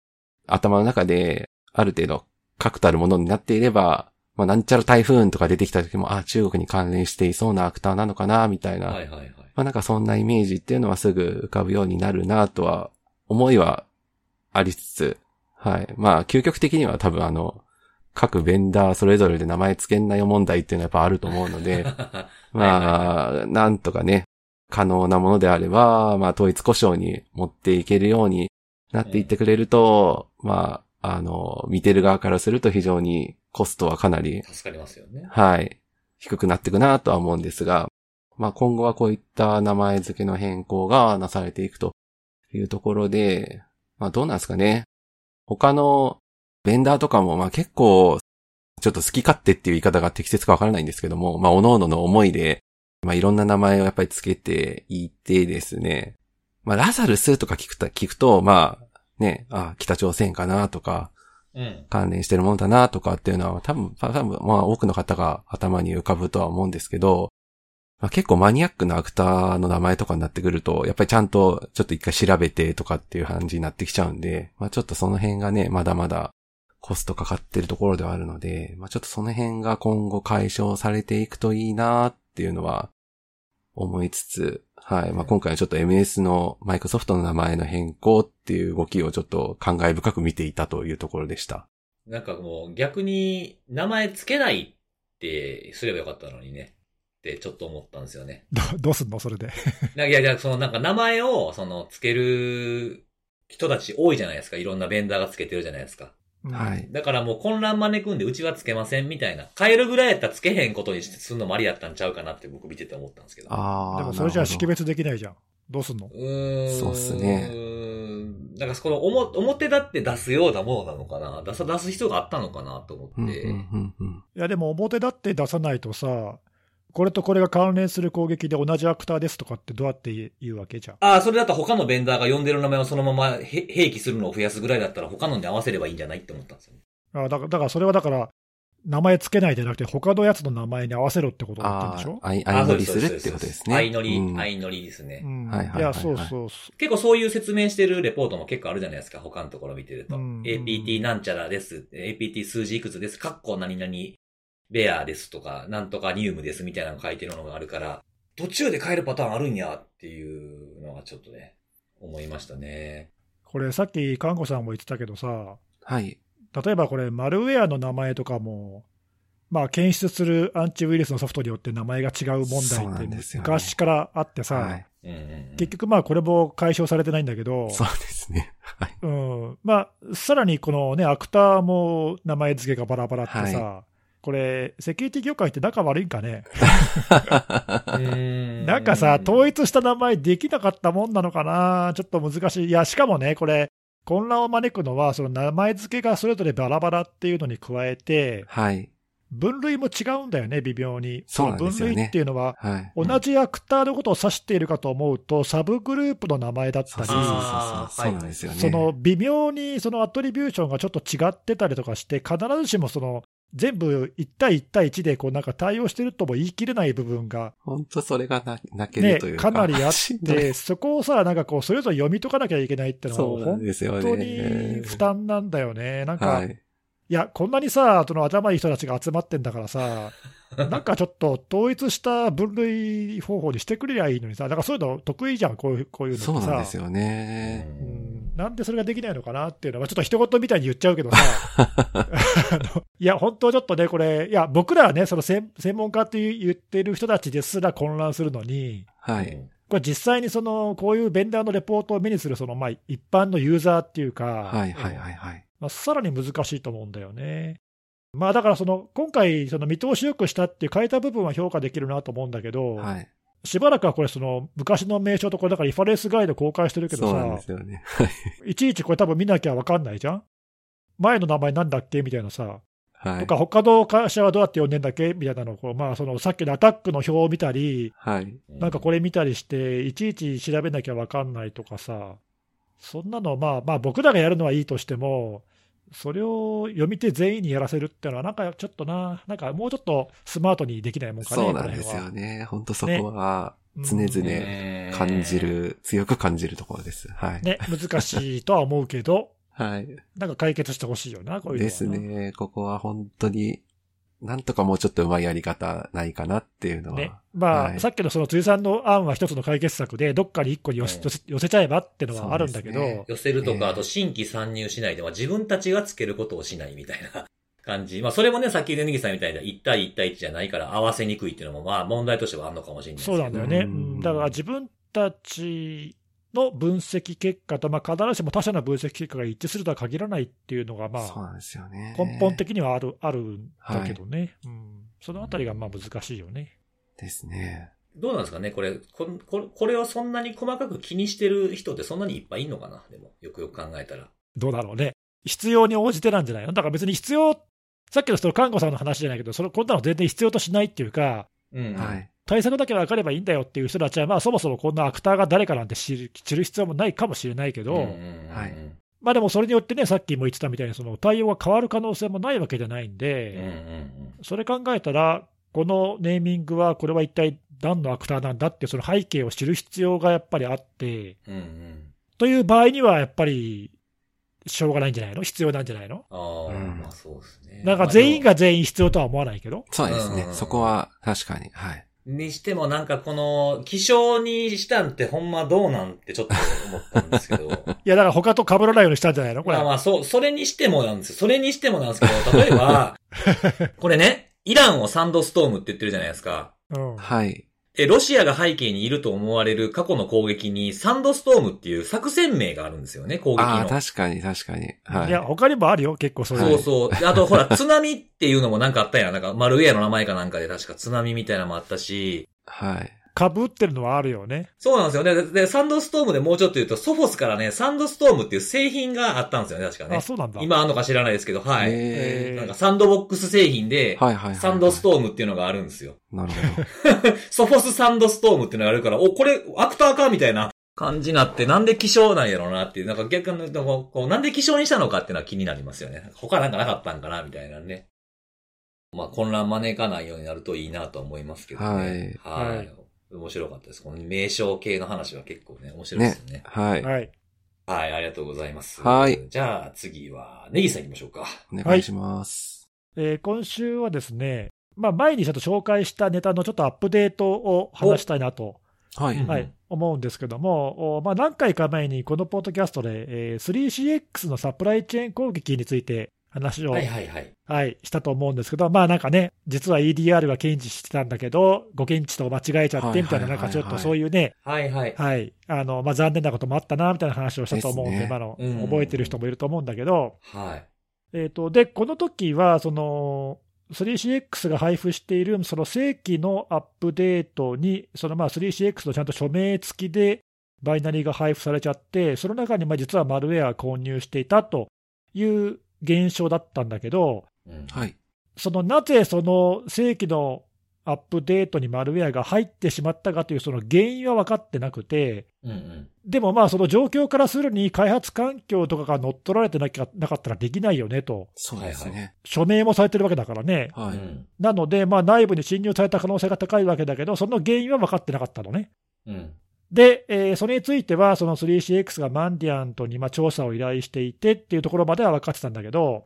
Speaker 3: 頭の中で、ある程度、確たるものになっていれば、まあ、なんちゃら台風とか出てきた時も、あ、中国に関連していそうなアクターなのかな、みたいな。
Speaker 1: はいはいはい。
Speaker 3: まあ、なんかそんなイメージっていうのはすぐ浮かぶようになるな、とは、思いはありつつ、はい。まあ、究極的には多分あの、各ベンダーそれぞれで名前付けんなよ問題っていうのはやっぱあると思うので、
Speaker 1: は
Speaker 3: まあ、なんとかね、可能なものであれば、まあ、統一故障に持っていけるようになっていってくれると、まあ、あの、見てる側からすると非常にコストはかなり、
Speaker 1: 助かりますよね。
Speaker 3: はい、低くなっていくなとは思うんですが、まあ、今後はこういった名前付けの変更がなされていくというところで、まあ、どうなんですかね。他のベンダーとかも、まあ、結構、ちょっと好き勝手っていう言い方が適切かわからないんですけども、まあ、各々の思いで、まあ、いろんな名前をやっぱり付けていてですね。まあ、ラザルスとか聞くと、聞くと、まあ、ね、あ、北朝鮮かなとか、
Speaker 1: うん。
Speaker 3: 関連してるものだなとかっていうのは、多分、多分、まあ多くの方が頭に浮かぶとは思うんですけど、まあ、結構マニアックなアクターの名前とかになってくると、やっぱりちゃんとちょっと一回調べてとかっていう感じになってきちゃうんで、まあちょっとその辺がね、まだまだコストかかってるところではあるので、まあちょっとその辺が今後解消されていくといいなっていうのは思いつつ、はい。まあ今回はちょっと MS のマイクソフトの名前の変更っていう動きをちょっと感慨深く見ていたというところでした。
Speaker 1: なんかもう逆に名前つけないってすればよかったのにね。ってちょっと思ったんですよね。
Speaker 2: どどうすんのそれで。
Speaker 1: なんかいやいや、そのなんか名前をそのつける人たち多いじゃないですか。いろんなベンダーがつけてるじゃないですか。
Speaker 3: は。い。
Speaker 1: だからもう混乱招くんでうちはつけませんみたいな。変えるぐらいやったらつけへんことにしてすんのもありやったんちゃうかなって僕見てて思ったんですけど。
Speaker 3: ああ。
Speaker 2: でもそれじゃあ識
Speaker 3: なる
Speaker 2: 別できないじゃん。どうすんの
Speaker 1: うーん。
Speaker 3: そうっすね
Speaker 1: うーん。なんかそのおも表立って出すようなものなのかな。出さ、出す必要があったのかなと思
Speaker 3: ほど。うん
Speaker 1: っ
Speaker 3: う
Speaker 1: て。
Speaker 3: んうんうん
Speaker 2: いや、でも表だって出さないとさ、これとこれが関連する攻撃で同じアクターですとかってどうやって言うわけじゃん。
Speaker 1: ああ、それだったら他のベンダーが呼んでる名前をそのままへ併記するのを増やすぐらいだったら他のに合わせればいいんじゃないって思ったんですよね。
Speaker 2: あだからだからそれはだから、名前つけないじゃなくて、他のやつの名前に合わせろってことだったん
Speaker 3: あ
Speaker 2: でしょ
Speaker 3: あ、相
Speaker 1: ああ
Speaker 3: 乗りするってことですね。
Speaker 1: 相乗り
Speaker 3: う、ん
Speaker 1: 相乗りですね
Speaker 2: う。ん
Speaker 3: はいはいはいいは
Speaker 2: や、
Speaker 3: い
Speaker 2: そうそうそ
Speaker 1: 結構そういう説明してるレポートも結構あるじゃないですか、他のところ見てると。
Speaker 2: うん
Speaker 1: APT なんちゃらです、APT 数字いくつです、カッコ何々ベアですとか、なんとかニウムですみたいなの書いてるのがあるから、途中で変えるパターンあるんやっていうのがちょっとね、思いましたね。
Speaker 2: う。これさっき、看護さんも言ってたけどさ、
Speaker 3: はい。
Speaker 2: 例えばこれ、マルウェアの名前とかも、まあ、検出するアンチウイルスのソフトによって名前が違う問
Speaker 3: そうな
Speaker 2: 題っ
Speaker 3: んで
Speaker 2: て
Speaker 3: すよね
Speaker 2: 昔からあってさ、
Speaker 3: はい。
Speaker 1: うんうんうん、
Speaker 2: 結局まあこれも解消されてないんだけど、
Speaker 3: そうですね。 はい。
Speaker 2: うんまあ、さらにこのね、アクターも名前付けがバラバラってさ、これ、セキュリティ業界って仲悪いんかね、
Speaker 1: 局
Speaker 2: なんかさ、統一した名前できなかったもんなのかな、ちょっと難しい、いや、しかもね、これ、混乱を招くのは、その名前付けがそれぞれバラバラっていうのに加えて、
Speaker 3: はい。
Speaker 2: 分類も違うんだよね、微妙に。
Speaker 3: そうなんですよね
Speaker 2: 分類っていうのは、
Speaker 3: はい。
Speaker 2: 同じアクターのことを指しているかと思うと、サブグループの名前だった
Speaker 3: そう
Speaker 2: り
Speaker 3: そう、そう
Speaker 1: あー
Speaker 3: そう。そうなんですよね。
Speaker 2: その、微妙にそのアトリビューションがちょっと違ってたりとかして、必ずしもその全部1対1対1でこうなんか対応してるとも言い切れない部分が、
Speaker 3: 本当それがな泣け
Speaker 2: ね
Speaker 3: るという、か。
Speaker 2: かなりあっ
Speaker 3: しんどい
Speaker 2: て、そこをさ、なんかこう、それぞれ読み解かなきゃいけないっての
Speaker 3: そう
Speaker 2: は、
Speaker 3: なん
Speaker 2: 本
Speaker 3: ですよね。
Speaker 2: 当に負担なんだよね。なんか、、
Speaker 3: はいい。
Speaker 2: や、こんなにさ、その頭いい人たちが集まってんだから さ、なんかちょっと統一した分類方法にしてくれりゃいいのにさ、なんかそういうの得意じゃん、こういうこういうのってさ。
Speaker 3: そうなんですよね。
Speaker 2: う
Speaker 1: ね
Speaker 2: んなんでそれができないのかなっていうのは、ちょっと一言みたいに言っちゃうけ どさ、あのいや、本当ちょっとね、これ、いや、僕らはね、その専専門家って言ってる人たちですら混乱するのに、
Speaker 3: はい。。
Speaker 2: これ、実際にそのこういうベンダーのレポートを目にするその、まあ、一般のユーザーっていうか、
Speaker 3: はいはいはいはい。
Speaker 2: まあ、さらに難しいと思うんだよね。まあ、だからその、今回、その見通しよくしたっていう変えた部分は評価できるなと思うんだけど、
Speaker 3: はい。
Speaker 2: しばらくはこれ、その昔の名称と、これ、だからリファレンスガイド公開してるけど
Speaker 3: そう
Speaker 2: さ、
Speaker 3: なんですよね。
Speaker 2: いちいちこれ多分見なきゃ分かんないじゃん前の名前なんだっけみたいなさ、
Speaker 3: は
Speaker 2: と
Speaker 3: い。
Speaker 2: か、他の会社はどうやって呼んでんだっけみたいなのをこう、まあ、そのさっきのアタックの表を見たり、
Speaker 3: はい。
Speaker 2: なんかこれ見たりして、いちいち調べなきゃ分かんないとかさ、そんなの、まあ、まあ、僕らがやるのはいいとしても、それを読み手全員にやらせるっていうのは、なんかちょっとな、なんかもうちょっとスマートにできないもんかね、
Speaker 3: そうなんですよね。本当そこは常
Speaker 2: ね
Speaker 3: 々
Speaker 1: ね
Speaker 3: 感じ。る、強く感じるところです。は
Speaker 2: こ
Speaker 3: い。
Speaker 2: の辺は。ね、難しいとは思うけど、
Speaker 3: はい。
Speaker 2: なんか解決してほしいよな、こういうのはな
Speaker 3: ですね。ここは本当に、なんとかもうちょっと上手いやり方ないかなっていうのは。
Speaker 2: ね、まあ、
Speaker 3: はい
Speaker 2: さっきのその辻さんの案は一つの解決策で、どっかに一個に寄せ,、
Speaker 1: うん
Speaker 2: 寄せ寄せちゃえばってのはあるんだけど、
Speaker 3: そうですね
Speaker 1: 寄せると
Speaker 3: ええ
Speaker 1: か、あと新規参入しないで、まあ自分たちがつけることをしないみたいな 感じ。まあ、それもね、さっきネギさんみたいな1対1対1じゃないから合わせにくいっていうのも、まあ、問題としてはあるのかもしれないですけど
Speaker 2: そうなんだよね。
Speaker 3: う
Speaker 2: うんんだから自分たちの分析結果と、まあ、必ずしも他者の分析結果が一致するとは限らないっていうのが、ま
Speaker 3: そう
Speaker 2: あ、
Speaker 3: なんですよね。
Speaker 2: 根本的にはあるあるんだけどね、うん、そのあたりがまあ難しいよね。
Speaker 3: ですね。
Speaker 1: どうなんですかねこれこんこれ、これをそんなに細かく気にしてる人ってそんなにいっぱいいんのかなでも、よくよく考えたら。
Speaker 2: どうだろうね。必要に応じてなんじゃないのだから別に必要、さっきのその看護さんの話じゃないけど、そのこんなの全然必要としないっていうか、
Speaker 1: うん。
Speaker 3: はい。
Speaker 2: 対策だけ分かればいいんだよっていう人たちは、まあ、そもそもこんなアクターが誰かなんて知る知る必要もないかもしれないけ
Speaker 1: うん
Speaker 2: ど、
Speaker 1: うんうんうん
Speaker 3: はい
Speaker 2: まあでもそれによってね、さっきも言ってたみたいに、その対応が変わる可能性もないわけじゃない
Speaker 1: うん
Speaker 2: ん
Speaker 1: うん
Speaker 2: で、
Speaker 1: うん
Speaker 2: それ考えたら、このネーミングは、これは一体何のアクターなんだって、その背景を知る必要がやっぱりあって、
Speaker 1: うんうん。
Speaker 2: という場合には、やっぱり、しょうがないんじゃないの必要なんじゃないの
Speaker 1: ああ、
Speaker 3: うん
Speaker 1: まあそうですね。
Speaker 2: なんか全員が全員必要とは思わないけど、
Speaker 3: そうですね
Speaker 1: う。ん
Speaker 3: そこは確かに。はい。
Speaker 1: にしてもなんかこの、気象にしたんってほんまどうなんてちょっと思ったんですけど。
Speaker 2: いや、だから他と被らないようにしたんじゃないのこれ
Speaker 1: まあ。まあ、そう、それにしてもなんですよ。それにしてもなんですけ ど、例えば、これね、イランをサンドストームって言ってるじゃないですか。
Speaker 2: うん
Speaker 3: はい。
Speaker 1: え、ロシアが背景にいると思われる過去の攻撃にサンドストームっていう作戦名があるんですよね、攻撃
Speaker 3: ああ、
Speaker 1: の。
Speaker 3: 確かに確かに。はい
Speaker 2: いや、。他にもあるよ、結構そういうの
Speaker 1: そうそう。であと、ほら、津波っていうのもなんかあったやん。なんか、マルウェアの名前かなんかで確か津波みたいなのもあったし。
Speaker 3: はい。
Speaker 2: かぶってるのはあるよね。
Speaker 1: そうなんですよね。でで、サンドストームでもうちょっと言うと、ソフォスからね、サンドストームっていう製品があったんですよね、確か
Speaker 2: あ、
Speaker 1: ね。
Speaker 2: そうなんだ。
Speaker 1: 今あるのか知らないですけど、はい。
Speaker 3: え
Speaker 2: えー
Speaker 1: なんか、サンドボックス製品で
Speaker 3: ー、はいはいはい。
Speaker 1: サンドストームっていうのがあるんですよ。
Speaker 3: ーム。なるほど。
Speaker 1: ソフォスサンドストームっていうのがあるから、お、これ、アクターかみたいな感じになって、なんで気象なんやろうなっていう、なんか逆に、こうこう、なんで気象にしたのかっていうのは気になりますよね。他なんかなかったんかなみたいなね。まあ、混乱招かないようになるといいなとは思いますけどね。
Speaker 2: はい
Speaker 1: はい。
Speaker 2: はい
Speaker 1: 面白かったです。この名称系の話は結構ね、面白いですよね。
Speaker 3: はい。
Speaker 2: はい。
Speaker 1: はい、ありがとうございます。
Speaker 3: はい。
Speaker 1: じゃあ次は、ネギさん行きましょうか。
Speaker 3: お願いします。
Speaker 2: えー今週はですね、まあ、前にちょっと紹介したネタのちょっとアップデートを話したいなと、
Speaker 3: はい。
Speaker 1: うん
Speaker 3: は。
Speaker 2: はいい、思うんですけども、おまあ、何回か前にこのポッドキャストで、えー 3CX のサプライチェーン攻撃について話を、
Speaker 1: は
Speaker 2: はいい
Speaker 1: はいはい。
Speaker 2: したと思うんですけど、まあなんかね、実は EDR が検知してたんだけど、ご検知と間違えちゃってみたいな、
Speaker 3: はいはいはいはい
Speaker 2: なんかちょっとそういうね、
Speaker 1: はいはい。
Speaker 2: はいあのまあ、残念なこともあったなみたいな話をしたと思うんで、
Speaker 3: ですね
Speaker 2: 今の
Speaker 1: うん
Speaker 2: 覚えてる人もいると思うんだけど、
Speaker 1: はい。
Speaker 2: えー、とでこの時はその 3CX が配布しているその正規のアップデートに、そのまあ 3CX のちゃんと署名付きでバイナリーが配布されちゃって、その中にまあ実はマルウェア購入していたという現象だったんだけど、
Speaker 1: うん
Speaker 3: はい。
Speaker 2: そのなぜその正規のアップデートにマルウェアが入ってしまったかというその原因は分かってなくて、
Speaker 1: うんうん。
Speaker 2: でもまあ、その状況からするに、開発環境とかが乗っ取られてなきゃなかったらできないよねと、
Speaker 3: そうですね。
Speaker 2: 署名もされてるわけだからね、
Speaker 1: う
Speaker 3: はい。
Speaker 1: ん。
Speaker 2: なので、まあ内部に侵入された可能性が高いわけだけど、その原因は分かってなかったのね。
Speaker 1: うん。
Speaker 2: で、えーそれについては、その 3CX がマンディアントにまあ調査を依頼していてっていうところまでは分かってたんだけど、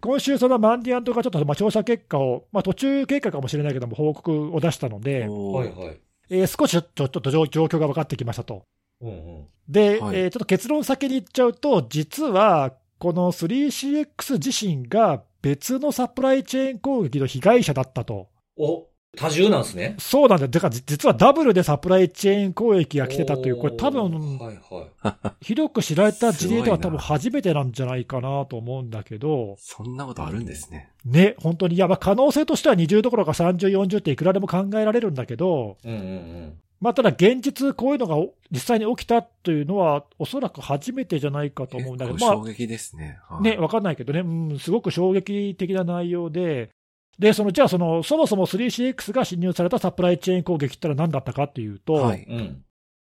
Speaker 2: 今週、そのマンディアントがちょっとまあ調査結果を、まあ、途中経過かもしれないけども、報告を出したので、
Speaker 3: お
Speaker 1: は
Speaker 3: ー
Speaker 1: いはい。
Speaker 2: えー少しちょちょっと状状況が分かってきましたと。
Speaker 1: うんうん。
Speaker 2: で、
Speaker 3: はい
Speaker 2: えーちょっと結論先に言っちゃうと、実はこの 3CX 自身が別のサプライチェーン攻撃の被害者だったと、
Speaker 1: お、多重なんですね。
Speaker 2: そうなんだよ、だから実はダブルでサプライチェーン攻撃が来てたという、
Speaker 1: おー
Speaker 2: これ、多分
Speaker 1: はいはい。
Speaker 2: 広く知られた事例では、
Speaker 3: す
Speaker 2: 多
Speaker 3: ごい
Speaker 2: 分
Speaker 3: な
Speaker 2: 初めてなんじゃないかなと思うんだけど、
Speaker 3: そんなことあるんですね。
Speaker 2: ね、本当に、いや、まあ可能性としては20どころか30、40っていくらでも考えられるんだけど、
Speaker 1: うんうん
Speaker 2: まあ、ただ現実、こういうのが実際に起きたというのは、おそらく初めてじゃないかと思うんだけど、
Speaker 3: 結
Speaker 2: ま
Speaker 3: 構
Speaker 2: あ
Speaker 3: 衝撃ですね。はい
Speaker 2: ね、わかんないけどね、うん、すごく衝撃的な内容で、でそのじゃあその、そもそも 3CX が侵入されたサプライチェーン攻撃ってのは何だったかというと、
Speaker 3: はい。
Speaker 1: うん。うん。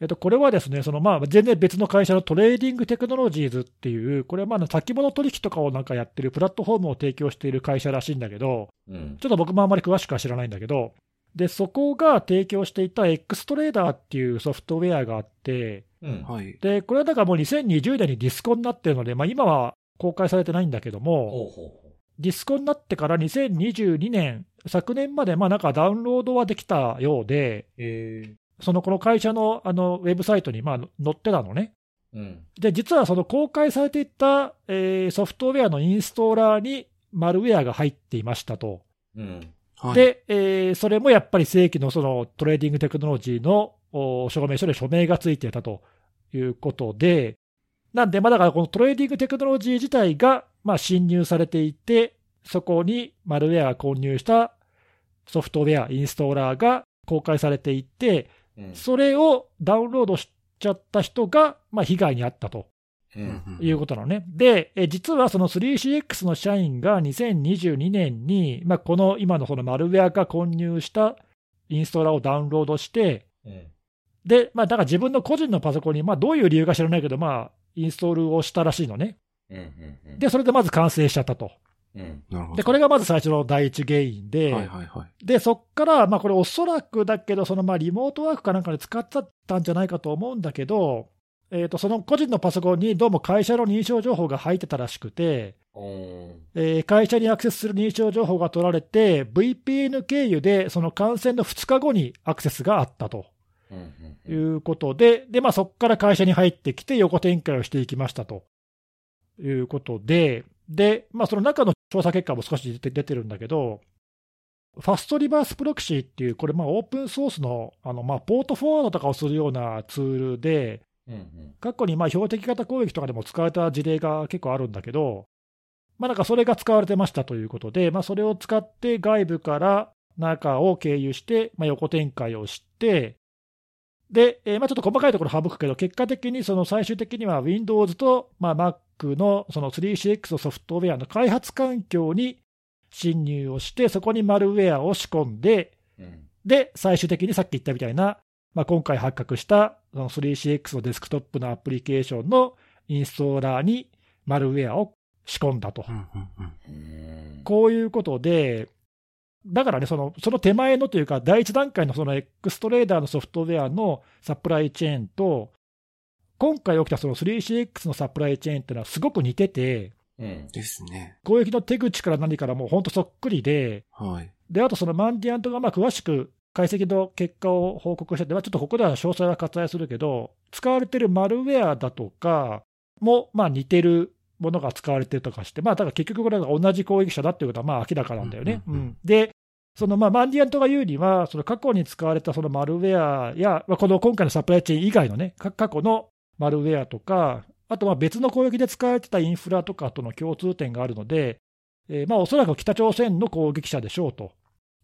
Speaker 2: えっと、これはですねその、まあ、全然別の会社のトレーディングテクノロジーズっていう、これはまああの先物取引とかをなんかやってるプラットフォームを提供している会社らしいんだけど、
Speaker 1: うん。
Speaker 2: ちょっと僕もあんまり詳しくは知らないんだけど、でそこが提供していた X トレーダーっていうソフトウェアがあって、
Speaker 1: うん。
Speaker 3: はい。
Speaker 2: でこれはだからもう2020年にディスコになってるので、まあ、今は公開されてないんだけども。
Speaker 1: ほうほ
Speaker 2: ディスコになってから2022年、昨年までまあなんかダウンロードはできたようで、
Speaker 1: う。へえ。
Speaker 2: そのこの会社のあのウェブサイトにまあ載ってたのね。
Speaker 1: うん。
Speaker 2: で、実はその公開されていた、えーソフトウェアのインストーラーにマルウェアが入っていましたと。
Speaker 1: うん。
Speaker 3: はい、
Speaker 2: で、えーそれもやっぱり正規のそのトレーディングテクノロジーのお証明書で署名がついていたということで、なんで、まあだからこのトレーディングテクノロジー自体が、まあ侵入されていて、そこにマルウェアが購入したソフトウェア、インストーラーが公開されていて、
Speaker 1: うん。
Speaker 2: それをダウンロードしちゃった人が、まあ被害に遭ったと。
Speaker 1: う
Speaker 3: うん
Speaker 1: ん。
Speaker 3: うん
Speaker 2: いうことなのね。で、え実はその 3CX の社員が2022年に、まあ、この今のそのマルウェアが混入したインストーラーをダウンロードして、
Speaker 1: うん。
Speaker 2: で、まあ、だから自分の個人のパソコンに、まあ、どういう理由か知らないけど、まあ、インストールをしたらしいのね。
Speaker 1: うん。うん。
Speaker 2: で、それでまず完成しちゃったと。
Speaker 1: うん。
Speaker 3: なるほど。
Speaker 2: で、これがまず最初の第一原因で、
Speaker 3: はいはいはい。
Speaker 2: で、そっから、まあ、これおそらくだけど、そのまあリモートワークかなんかで使っちゃったんじゃないかと思うんだけど、えー、とその個人のパソコンにどうも会社の認証情報が入ってたらしくて、
Speaker 1: おー
Speaker 2: えー会社にアクセスする認証情報が取られて、VPN 経由でその感染の2日後にアクセスがあったと
Speaker 1: うん。う
Speaker 2: い
Speaker 1: ん。
Speaker 2: うことで、でまあ、そこから会社に入ってきて、横展開をしていきましたということで、でまあ、その中の調査結果も少し出て出てるんだけど、ファストリバースプロキシーっていう、これ、まあオープンソースのあのまあポートフォワードとかをするようなツールで、
Speaker 1: うん。うん。
Speaker 2: 過去にまあ標的型攻撃とかでも使われた事例が結構あるんだけど、まあ、なんかそれが使われてましたということで、まあ、それを使って外部から中を経由して、まあ、横展開をして、で、えーまあちょっと細かいところ省くけど、結果的にその最終的には Windows とまあ Mac のその 3CX のソフトウェアの開発環境に侵入をして、そこにマルウェアを仕込んで、
Speaker 1: うん。
Speaker 2: で、最終的にさっき言ったみたいな、まあ、今回発覚したその 3CX のデスクトップのアプリケーションのインストーラーにマルウェアを仕込んだと
Speaker 3: う。んうんうん。
Speaker 1: うん。
Speaker 2: こういうことで、だからね、そのその手前のというか、第一段階のその X トレーダーのソフトウェアのサプライチェーンと、今回起きたその 3CX のサプライチェーンっていうのはすごく似てて、
Speaker 1: うん。
Speaker 3: ですね。
Speaker 2: 攻撃の手口から何からもう本当そっくりで、
Speaker 3: はい。
Speaker 2: で、あとそのマンディアントがまあ詳しく解析の結果を報告してて、まあ、ちょっとここでは詳細は割愛するけど、使われてるマルウェアだとかもまあ似てるものが使われてるとかして、まあ、だから結局これが同じ攻撃者だっていうことはまあ明らかなんだよね。
Speaker 3: うんうんうん
Speaker 2: うんで、そのまあマンディアントが言うには、その過去に使われたそのマルウェアや、まあ、この今回のサプライチェーン以外のね、か過去のマルウェアとか、あとまあ別の攻撃で使われてたインフラとかとの共通点があるので、えーまあおそらく北朝鮮の攻撃者でしょうと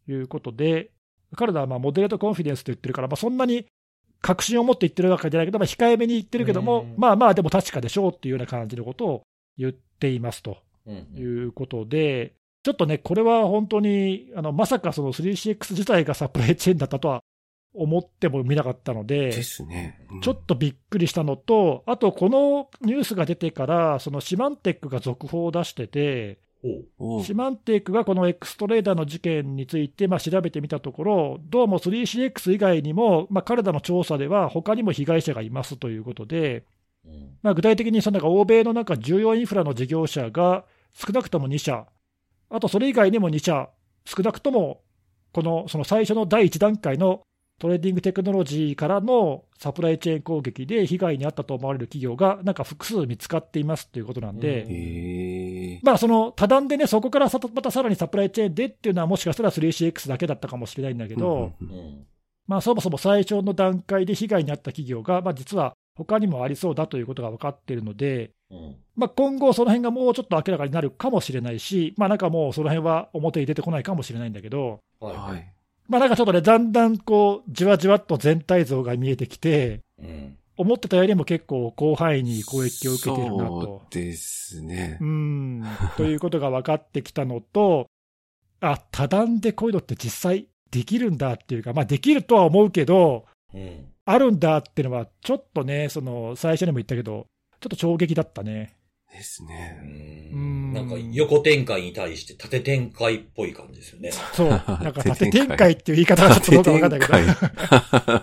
Speaker 2: いうことで、彼らはまあモデレートコンフィデンスと言ってるから、まあ、そんなに確信を持って言ってるわけじゃないけど、まあ、控えめに言ってるけども
Speaker 1: うん、
Speaker 2: まあまあ、でも確かでしょうっていうような感じのことを言っていますと
Speaker 1: うん。
Speaker 2: い
Speaker 1: うん。
Speaker 2: うことで、ちょっとね、これは本当にあのまさかその 3CX 自体がサプライチェーンだったとは思ってもみなかったので。
Speaker 3: ですね。うん
Speaker 2: ちょっとびっくりしたのと、あとこのニュースが出てから、そのシマンテックが続報を出してて、
Speaker 1: おう。
Speaker 3: おう
Speaker 2: シマンテックがこの X トレーダーの事件についてまあ調べてみたところ、どうも 3CX 以外にも、まあ、彼らの調査では、他にも被害者がいますということで、
Speaker 1: うん。
Speaker 2: まあ、具体的にそのなんか欧米のなんか重要インフラの事業者が少なくとも2社、あとそれ以外にも2社、少なくともこのその最初の第1段階のトレーディングテクノロジーからのサプライチェーン攻撃で被害に遭ったと思われる企業が、なんか複数見つかっていますということなんで。
Speaker 1: うん
Speaker 3: へえ。
Speaker 2: まあ、その多段でね、そこからさまたさらにサプライチェーンでっていうのは、もしかしたら 3CX だけだったかもしれないんだけど、
Speaker 3: うんうん
Speaker 1: う
Speaker 3: うん
Speaker 1: ん。
Speaker 2: まあ、そもそも最初の段階で被害に遭った企業が、まあ、実は他にもありそうだということが分かっているので、
Speaker 1: うん。
Speaker 2: まあ、今後、その辺がもうちょっと明らかになるかもしれないし、まあ、なんかもうその辺は表に出てこないかもしれないんだけど、
Speaker 1: は
Speaker 3: はい。
Speaker 2: まあ、なんかちょっとね、だんだんこうじわじわっと全体像が見えてきて、
Speaker 1: い。うん。
Speaker 2: 思ってたよりも結構広範囲に攻撃を受けているなと
Speaker 3: そ。うですね
Speaker 2: う。んということが分かってきたのと、あ多段でこういうのって実際できるんだっていうか、まあ、できるとは思うけど、
Speaker 1: うん。
Speaker 2: あるんだっていうのは、ちょっとね、その最初にも言ったけど、ちょっと衝撃だったね。
Speaker 3: です
Speaker 1: う
Speaker 3: ね。
Speaker 1: んなんか横展開に対して縦展開っぽい感じですよね。
Speaker 2: そう、なんか縦
Speaker 3: 縦
Speaker 2: 展
Speaker 3: 展開
Speaker 2: 開っていう言い方がちょっとどうか分かんないけ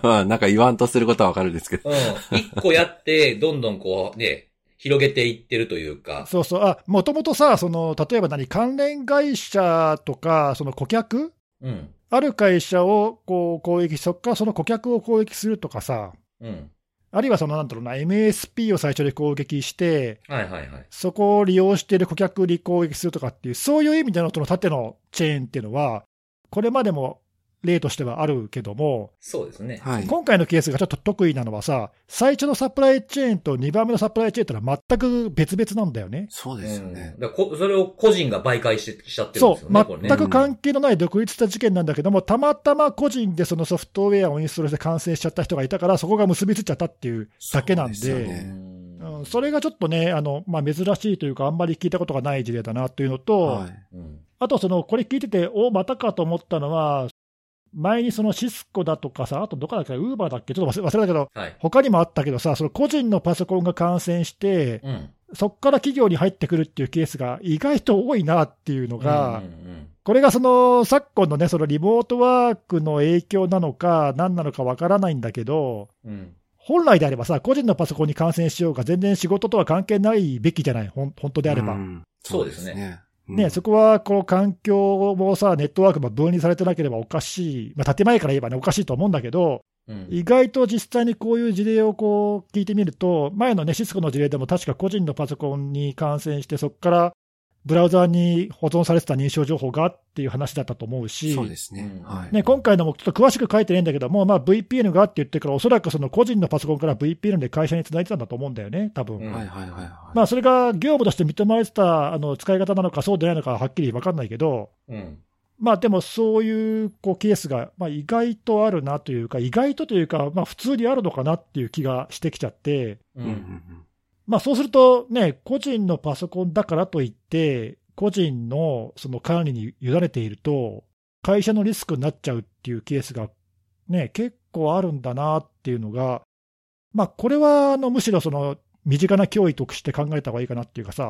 Speaker 2: ど。
Speaker 3: まあ、なんか言わんとすることはわかるんですけど。
Speaker 1: うん。一個やって、どんどんこうね、広げていってるというか。
Speaker 2: そうそう、あもともとさ、その例えば何、関連会社とか、その顧客、
Speaker 1: うん。
Speaker 2: ある会社をこう攻撃、そこからその顧客を攻撃するとかさ、
Speaker 1: うん。
Speaker 2: ああるいはそのなんだろうな、MSP を最初で攻撃して、
Speaker 1: はいはいはい。
Speaker 2: そこを利用している顧客に攻撃するとかっていう、そういう意味でのその縦のチェーンっていうのは、これまでも例としてはあるけども、
Speaker 1: そうですね。
Speaker 3: はい。
Speaker 2: 今回のケースがちょっと得意なのはさ、最初のサプライチェーンと2番目のサプライチェーンってのは全く別々なんだよね。
Speaker 3: そう
Speaker 1: う
Speaker 3: ですよね
Speaker 1: ん。。だからこそれを個人が媒介してしちゃってるん
Speaker 2: そ
Speaker 1: ですよ
Speaker 2: う、
Speaker 1: ね、これね。
Speaker 2: 全く関係のない独立した事件なんだけども、たまたま個人でそのソフトウェアをインストールして完成しちゃった人がいたから、そこが結びついちゃったっていうだけなんで、
Speaker 3: そうですよね
Speaker 2: うんそれがちょっとね、あのまあ、珍しいというか、あんまり聞いたことがない事例だなというのと、
Speaker 3: はい。
Speaker 1: うん
Speaker 2: あとその、これ聞いてて、おまたかと思ったのは、前にそのシスコだとかさ、あとどこだっけ、ウーバーだっけ、ちょっと忘れ忘れたけど、
Speaker 1: はい。
Speaker 2: 他にもあったけどさ、その個人のパソコンが感染して、
Speaker 1: うん。
Speaker 2: そこから企業に入ってくるっていうケースが意外と多いなっていうのが、
Speaker 1: うんうん
Speaker 2: これがその昨今のね、そのリモートワークの影響なのか、何なのかわからないんだけど、
Speaker 1: うんうん
Speaker 2: 本来であればさ、個人のパソコンに感染しようが、全然仕事とは関係ないべきじゃない、ほん本当であれば。
Speaker 3: うん
Speaker 1: そうですね。
Speaker 3: うん
Speaker 2: ね、そこはこの環境もさ、ネットワークも分離されてなければおかしい、まあ、建前から言えばね、おかしいと思うんだけど、
Speaker 1: うん
Speaker 2: 意外と実際にこういう事例をこう聞いてみると、前のね、シスコの事例でも確か個人のパソコンに感染して、そこからブラウザーに保存されてた認証情報がっていう話だったと思うし、
Speaker 3: そうですね
Speaker 1: う。ん
Speaker 3: はい。
Speaker 2: ね、今回のもちょっと詳しく書いてないんだけども、まあ、VPN がって言ってるから、おそらくその個人のパソコンから VPN で会社に繋いでたんだと思うんだよね、多分、
Speaker 1: うん
Speaker 3: はいはいはいはい。
Speaker 2: まあ、それが業務として認められてたあの使い方なのか、そうでないのかははっきり分かんないけど、
Speaker 1: うん
Speaker 2: まあ、でもそういうこうケースが、まあ、意外とあるなというか、意外とというか、まあ、普通にあるのかなっていう気がしてきちゃって、
Speaker 1: う
Speaker 3: うんうん
Speaker 1: ん
Speaker 2: まあ、そうするとね、個人のパソコンだからといって、個人のその管理に委ねていると、会社のリスクになっちゃうっていうケースが、ね、結構あるんだなっていうのが、まあ、これはあのむしろその身近な脅威として考えた方がいいかなっていうかさ、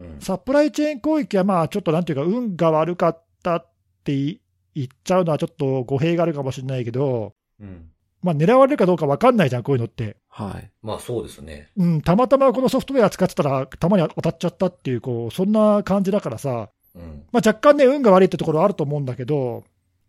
Speaker 1: うん
Speaker 2: サプライチェーン攻撃は、まあ、ちょっとなんていうか、運が悪かったってい言っちゃうのは、ちょっと語弊があるかもしれないけど、
Speaker 1: うん
Speaker 2: まあ、狙われるかどうか分かんないじゃん、こういうのって。
Speaker 3: はい。
Speaker 1: まあそうですね。
Speaker 2: うん、たまたまこのソフトウェア使ってたら、たまに当たっちゃったっていう、こう、そんな感じだからさ、
Speaker 1: うん
Speaker 2: まあ、若干ね、運が悪いってところはあると思うんだけど、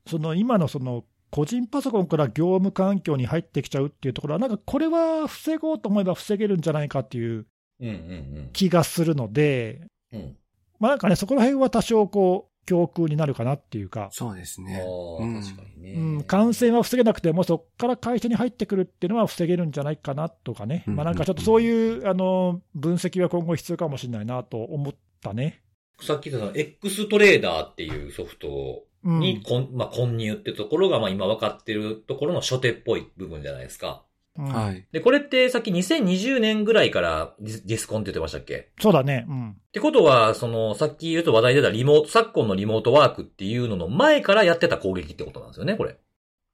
Speaker 2: その今のその、個人パソコンから業務環境に入ってきちゃうっていうところは、なんかこれは防ごうと思えば防げるんじゃないかっていう
Speaker 1: うんうん
Speaker 2: 気がするので、
Speaker 1: うんうん。
Speaker 2: まあ、なんかね、そこら辺は多少こう、教訓になるかなっていうか、
Speaker 3: そうです
Speaker 1: ああ
Speaker 3: ね。うん
Speaker 1: ー、確か
Speaker 2: う
Speaker 1: にね
Speaker 2: ん、。感染は防げなくても、そこから会社に入ってくるっていうのは防げるんじゃないかなとかね、
Speaker 3: うん
Speaker 2: まあ、なんかちょっとそういうあの分析は今後必要かもしれないなと思ったね。
Speaker 1: さっき言ったその X トレーダーっていうソフト
Speaker 2: うん
Speaker 1: に、こんまあ、混入ってところが、まあ今分かってるところの初手っぽい部分じゃないですか。
Speaker 2: うん
Speaker 3: はい。
Speaker 1: で、これってさっき2020年ぐらいからディスディスコンって言ってましたっけ
Speaker 2: そうだね、うん、
Speaker 1: ってことは、その、さっき言うと話題出たリモート、昨今のリモートワークっていうのの前からやってた攻撃ってことなんですよね、これ。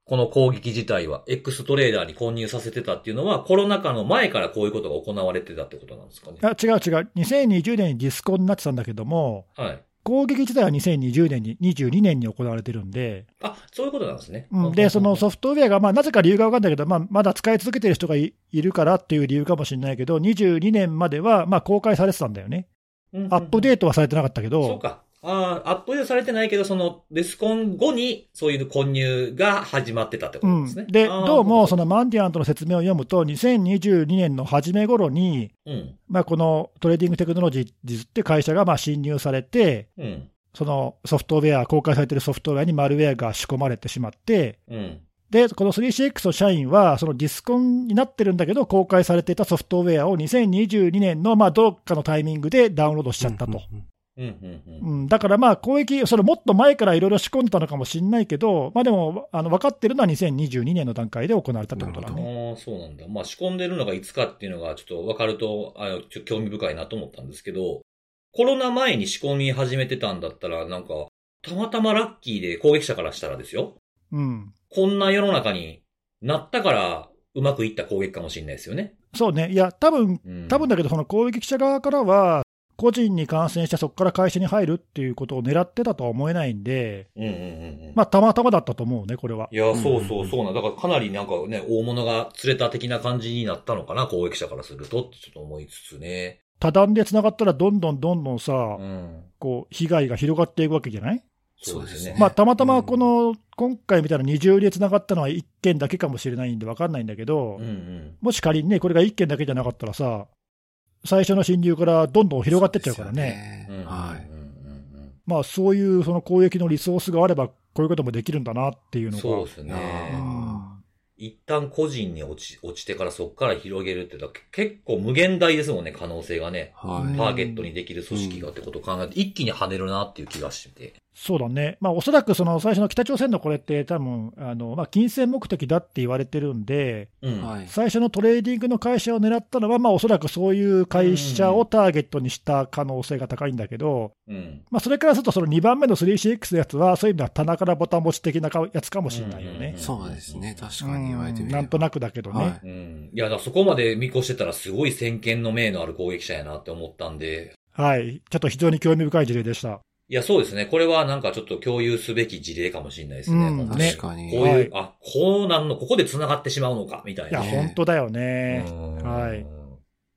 Speaker 1: この攻撃自体は、X トレーダーに混入させてたっていうのは、コロナ禍の前からこういうことが行われてたってことなんですかね。
Speaker 2: あ違う違う、2020年にディスコになってたんだけども、
Speaker 1: はい。
Speaker 2: 攻撃自体は2020年に、22年に行われてるんで、
Speaker 1: あ、そういうことなんですね。
Speaker 2: うん、でその
Speaker 1: そ
Speaker 2: ソフトウェアが、まあ、なぜか理由が分かんないけど、まあ、まだ使い続けてる人がいいるからっていう理由かもしれないけど、22年まではまあ公開されてたんだよね。アップ
Speaker 1: ー
Speaker 2: デートはされてなかったけど、
Speaker 1: そうか。ああ、アップデートされてないけど、その、デスコン後に、そういう混入が始まってたってこ
Speaker 2: う
Speaker 1: とで
Speaker 2: ん
Speaker 1: すね。
Speaker 2: で、
Speaker 1: あー
Speaker 2: どうも、そ、のマンディアントの説明を読むと、2022年の初め頃に、
Speaker 1: うん。
Speaker 2: まあ、このトレーディングテクノロジーズって会社がまあ侵入されて、
Speaker 1: うん。
Speaker 2: そのソフトウェア、公開されてるソフトウェアにマルウェアが仕込まれてしまって、
Speaker 1: うん。
Speaker 2: で、この 3CX の社員は、そのディスコンになってるんだけど、公開されていたソフトウェアを2022年のまあどっかのタイミングでダウンロードしちゃったと。
Speaker 3: う
Speaker 1: う
Speaker 3: んうんうん。
Speaker 1: ん。うん。
Speaker 2: うん、だからまあ攻撃、それもっと前からいろいろ仕込んでたのかもしれないけど、まあ、でもあの分かってるのは2022年の段階で行われたってことだね。
Speaker 1: ああ、そうなんだ。まあ、仕込んでるのがいつかっていうのがちょっと分かると、あのちょ興味深いなと思ったんですけど、コロナ前に仕込み始めてたんだったら、なんか、たまたまラッキーで攻撃者からしたらですよ。
Speaker 2: うん、
Speaker 1: こんな世の中になったから、うまくいった攻撃かもしれないですよね。
Speaker 2: そうね、いや、多分
Speaker 1: うん。
Speaker 2: 多分だけど、その攻撃者側からは、個人に感染して、そこから会社に入るっていうことを狙ってたとは思えないんで、
Speaker 1: うんうんうんうん。
Speaker 2: まあ、たまたまだったと思うね、これは。
Speaker 1: いや、そう
Speaker 3: うん
Speaker 1: そ
Speaker 3: うんう
Speaker 1: うんそうなんだ。からかなりなんかね、大物が釣れた的な感じになったのかな、攻撃者からするとってちょっと思いつつね。
Speaker 2: 多段でつながったら、どんどんどんどんさ、
Speaker 1: うん。
Speaker 2: こう被害が広がっていくわけじゃない
Speaker 1: そうですね。
Speaker 3: そうですね
Speaker 2: まあ、たまたまこの、今回みたいな二重で繋がったのは1件だけかもしれないんで分かんないんだけど、
Speaker 1: うんうん。
Speaker 2: もし仮にね、これが1件だけじゃなかったらさ、最初の侵入からどんどん広がってっちゃうからね、
Speaker 3: そう
Speaker 1: うん
Speaker 3: ですよねはい。
Speaker 1: うんうん
Speaker 2: まあ、そういうその攻撃のリソースがあれば、こういうこともできるんだなっていう
Speaker 1: うん
Speaker 2: のが。
Speaker 1: そうですね。
Speaker 2: うん
Speaker 1: 一旦個人に落ち、落ちてからそこから広げるっていうのは結構無限大ですもんね、可能性がね。
Speaker 3: は
Speaker 2: う
Speaker 3: い。
Speaker 2: ん
Speaker 1: ターゲットにできる組織がってことを考えると、一気に跳ねるなっていう気がして。
Speaker 2: そうだね、まあ、おそらくその最初の北朝鮮のこれって、多分あのまあ金銭目的だって言われてるんで、
Speaker 1: うん。
Speaker 3: はい。
Speaker 2: 最初のトレーディングの会社を狙ったのは、まあ、おそらくそういう会社をターゲットにした可能性が高いんだけど、
Speaker 1: うん。
Speaker 2: まあ、それからすると、その2番目の 3CX のやつは、そういう意味では棚からボタン持ち的なやつかもしれないよね。
Speaker 3: そうですね。確
Speaker 2: う
Speaker 3: かに言われてみ
Speaker 2: ん
Speaker 3: れば
Speaker 2: なんとなくだけどね。
Speaker 3: はい
Speaker 1: うん。いや、だからそこまで見越してたらすごい先見の明のある攻撃者やなって思ったんで、
Speaker 2: はい。ちょっと非常に興味深い事例でした。
Speaker 1: いや、そうですね。これはなんかちょっと共有すべき事例かもしれないですね。
Speaker 2: うん
Speaker 1: 本当
Speaker 2: ね
Speaker 3: 確かに。
Speaker 1: こういう、
Speaker 2: はい
Speaker 1: あ、こうなんの、ここで繋がってしまうのか、みたい
Speaker 2: いや、
Speaker 1: な。
Speaker 3: ね
Speaker 2: 本当だよね。
Speaker 1: うん
Speaker 2: はい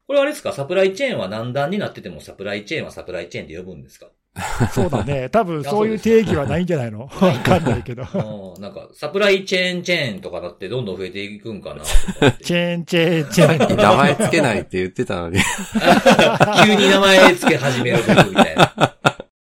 Speaker 1: これあれですかサプライチェーンは何段になっててもサプライチェーンはサプライチェーンで呼ぶんです か
Speaker 2: そうだ ね。多分そういう定義はないんじゃないのわかんないけど。
Speaker 1: うんなんか、サプライチェーンチェーンとかだってどんどん増えていくんかなとか って
Speaker 2: チェーンチェーンチェーン。
Speaker 3: 名前つけないって言ってたのに。
Speaker 1: 急に名前つけ始める僕みたいな。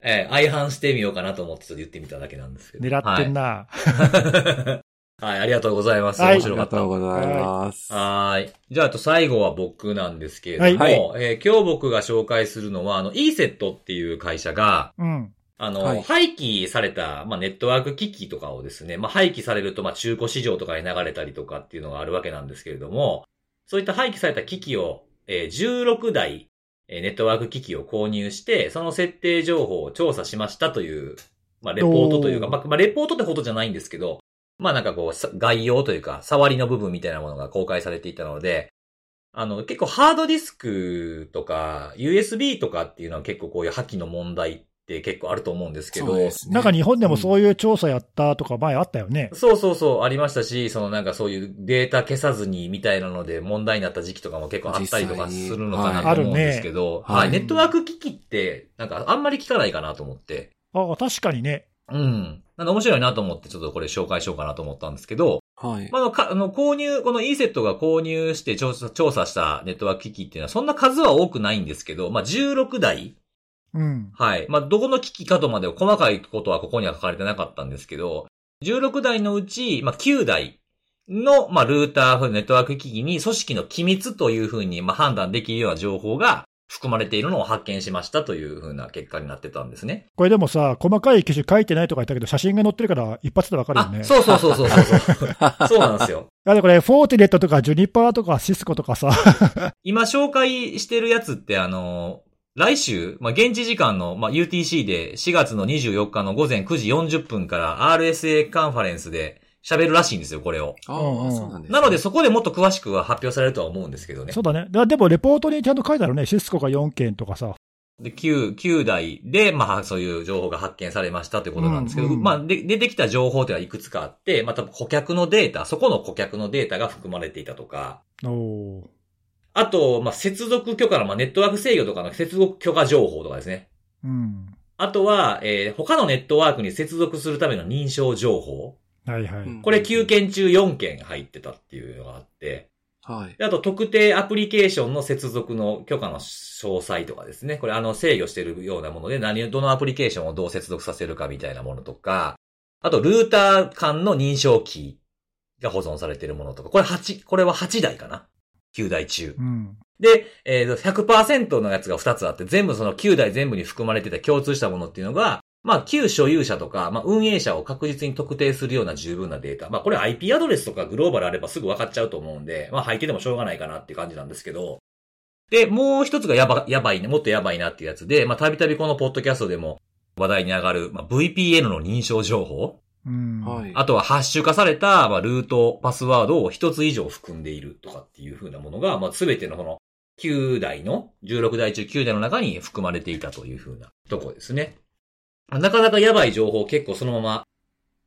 Speaker 1: えー相反してみようかなと思ってちょっと言ってみただけなんですけど。
Speaker 2: 狙ってんな。
Speaker 1: はい、はい、ありがとうございます。
Speaker 2: は
Speaker 1: 面
Speaker 2: い
Speaker 3: あり
Speaker 1: 白か
Speaker 3: が
Speaker 1: った
Speaker 3: とう。ございます。
Speaker 1: はい。じゃあ、あと最後は僕なんですけれども、
Speaker 3: はい
Speaker 1: えー今日僕が紹介するのは、あの、イーセットっていう会社が、
Speaker 2: うん。
Speaker 1: あの、
Speaker 3: はい
Speaker 1: 廃棄された、まあ、ネットワーク機器とかをですね、まあ、廃棄されると、まあ、中古市場とかに流れたりとかっていうのがあるわけなんですけれども、そういった廃棄された機器を、えー16台、えーネットワーク機器を購入して、その設定情報を調査しましたという、まあ、レポートというか、
Speaker 2: おー
Speaker 1: まあ、まあレポートってほどじゃないんですけど、まあ、なんかこう、さ概要というか、触りの部分みたいなものが公開されていたので、あの、結構ハードディスクとか、USB とかっていうのは結構こういう破棄の問題って結構あると思うんですけど、
Speaker 3: そうですね
Speaker 2: なんか日本でもそうういう調査やったとか前あったよね。
Speaker 1: そうそうそう、ありましたし、そのなんかそういうデータ消さずにみたいなので問題になった時期とかも結構あったりとか
Speaker 3: 実際に
Speaker 1: するのかな
Speaker 2: はい
Speaker 1: と思うんですけど、
Speaker 3: ある
Speaker 1: は
Speaker 3: ね
Speaker 1: い、
Speaker 3: は
Speaker 1: ネ
Speaker 3: い
Speaker 1: ットワーク機器って、なんかあんまり聞かないかなと思って、
Speaker 2: あ確かにね。
Speaker 1: うん。なんで面白いなと思ってちょっとこれ紹介しようかなと思ったんですけど、
Speaker 3: ん。はい。
Speaker 1: まあ、あの、か、あの、購入、この e セットが購入して調査調査したネットワーク機器っていうのはそんな数は多くないんですけど、まあ、16台
Speaker 2: うん。
Speaker 1: はい。まあ、どこの機器かとまでは細かいことはここには書かれてなかったんですけど、16台のうち、まあ、9台の、まあ、ルーター、ネットワーク機器に組織の機密というふうに、まあ、判断できるような情報が含まれているのを発見しましたというふうな結果になってたんですね。
Speaker 2: これでもさ、細かい機種書いてないとか言ったけど、写真が載ってるから一発でわかるよ
Speaker 1: あ
Speaker 2: ね、。
Speaker 1: そうそうそうそうそう そう。そうなんですよ。
Speaker 2: あでこれ、フォーティネットとかジュニパーとかシスコとかさ、
Speaker 1: 今紹介してるやつってあの、来週、まあ、現地時間の、まあ、UTC で4月の24日の午前9時40分から RSA カンファレンスで喋るらしいんですよ、これを。
Speaker 3: ああ、
Speaker 2: うんうん
Speaker 3: そうなんですね
Speaker 1: なので、そこでもっと詳しくは発表されるとは思うんですけどね
Speaker 2: そ。うだね。だでも、レポートにちゃんと書いてあるね。シスコが4件とかさ。
Speaker 1: で、9、9台で、まあ、そういう情報が発見されましたということなんですけど、
Speaker 2: うんうん
Speaker 1: まあで、出てきた情報というのはいくつかあって、まあ、多分顧客のデータ、そこの顧客のデータが含まれていたとか、
Speaker 2: おー
Speaker 1: あと、まあ、接続許可の、まあ、ネットワーク制御とかの接続許可情報とかですね。
Speaker 2: うん。
Speaker 1: あとは、えー他のネットワークに接続するための認証情報。
Speaker 2: はいはい。
Speaker 3: うん
Speaker 1: これ9。件中4件入ってたっていうのがあって、
Speaker 3: はい。
Speaker 1: であと、特定アプリケーションの接続の許可の詳細とかですね。これ、あの、制御してるようなもので、何を、どのアプリケーションをどう接続させるかみたいなものとか、あと、ルーター間の認証キーが保存されてるものとか、これ8、これは8台かな ?9 台中
Speaker 2: う。ん。
Speaker 1: で、えー、100%のやつが2つあって、全部その9台全部に含まれてた共通したものっていうのが、まあ、旧所有者とか、まあ、運営者を確実に特定するような十分なデータ。まあ、これ IP アドレスとかグローバルあればすぐ分かっちゃうと思うんで、まあ、入っててもしょうがないかなって感じなんですけど。で、もう一つがやば、やばいね、もっとやばいなっていうやつで、まあ、たびたびこのポッドキャストでも話題に上がる、まあ、VPN の認証情報。
Speaker 2: うん。
Speaker 3: はい。
Speaker 1: あとはハッシュ化された、まあ、ルート、パスワードを一つ以上含んでいるとかっていう風なものが、まあ、すべてのこの9台の、16台中9台の中に含まれていたという風なとこですね。なかなかやばい情報を結構そのまま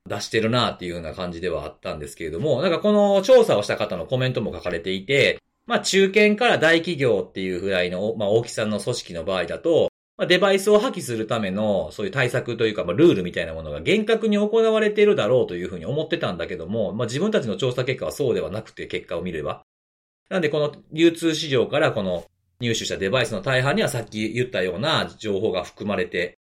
Speaker 1: 出してるなっていうような感じではあったんですけれども、なんかこの調査をした方のコメントも書かれていて、まあ中堅から大企業っていうぐらいの、まあ大きさの組織の場合だと、まあ、デバイスを破棄するための、そういう対策というか、まあ、ルールみたいなものが厳格に行われているだろうというふうに思ってたんだけども、まあ、自分たちの調査結果はそうではなくて、結果を見れば。なんで、この流通市場からこの入手したデバイスの大半にはさっき言ったような情報が含まれて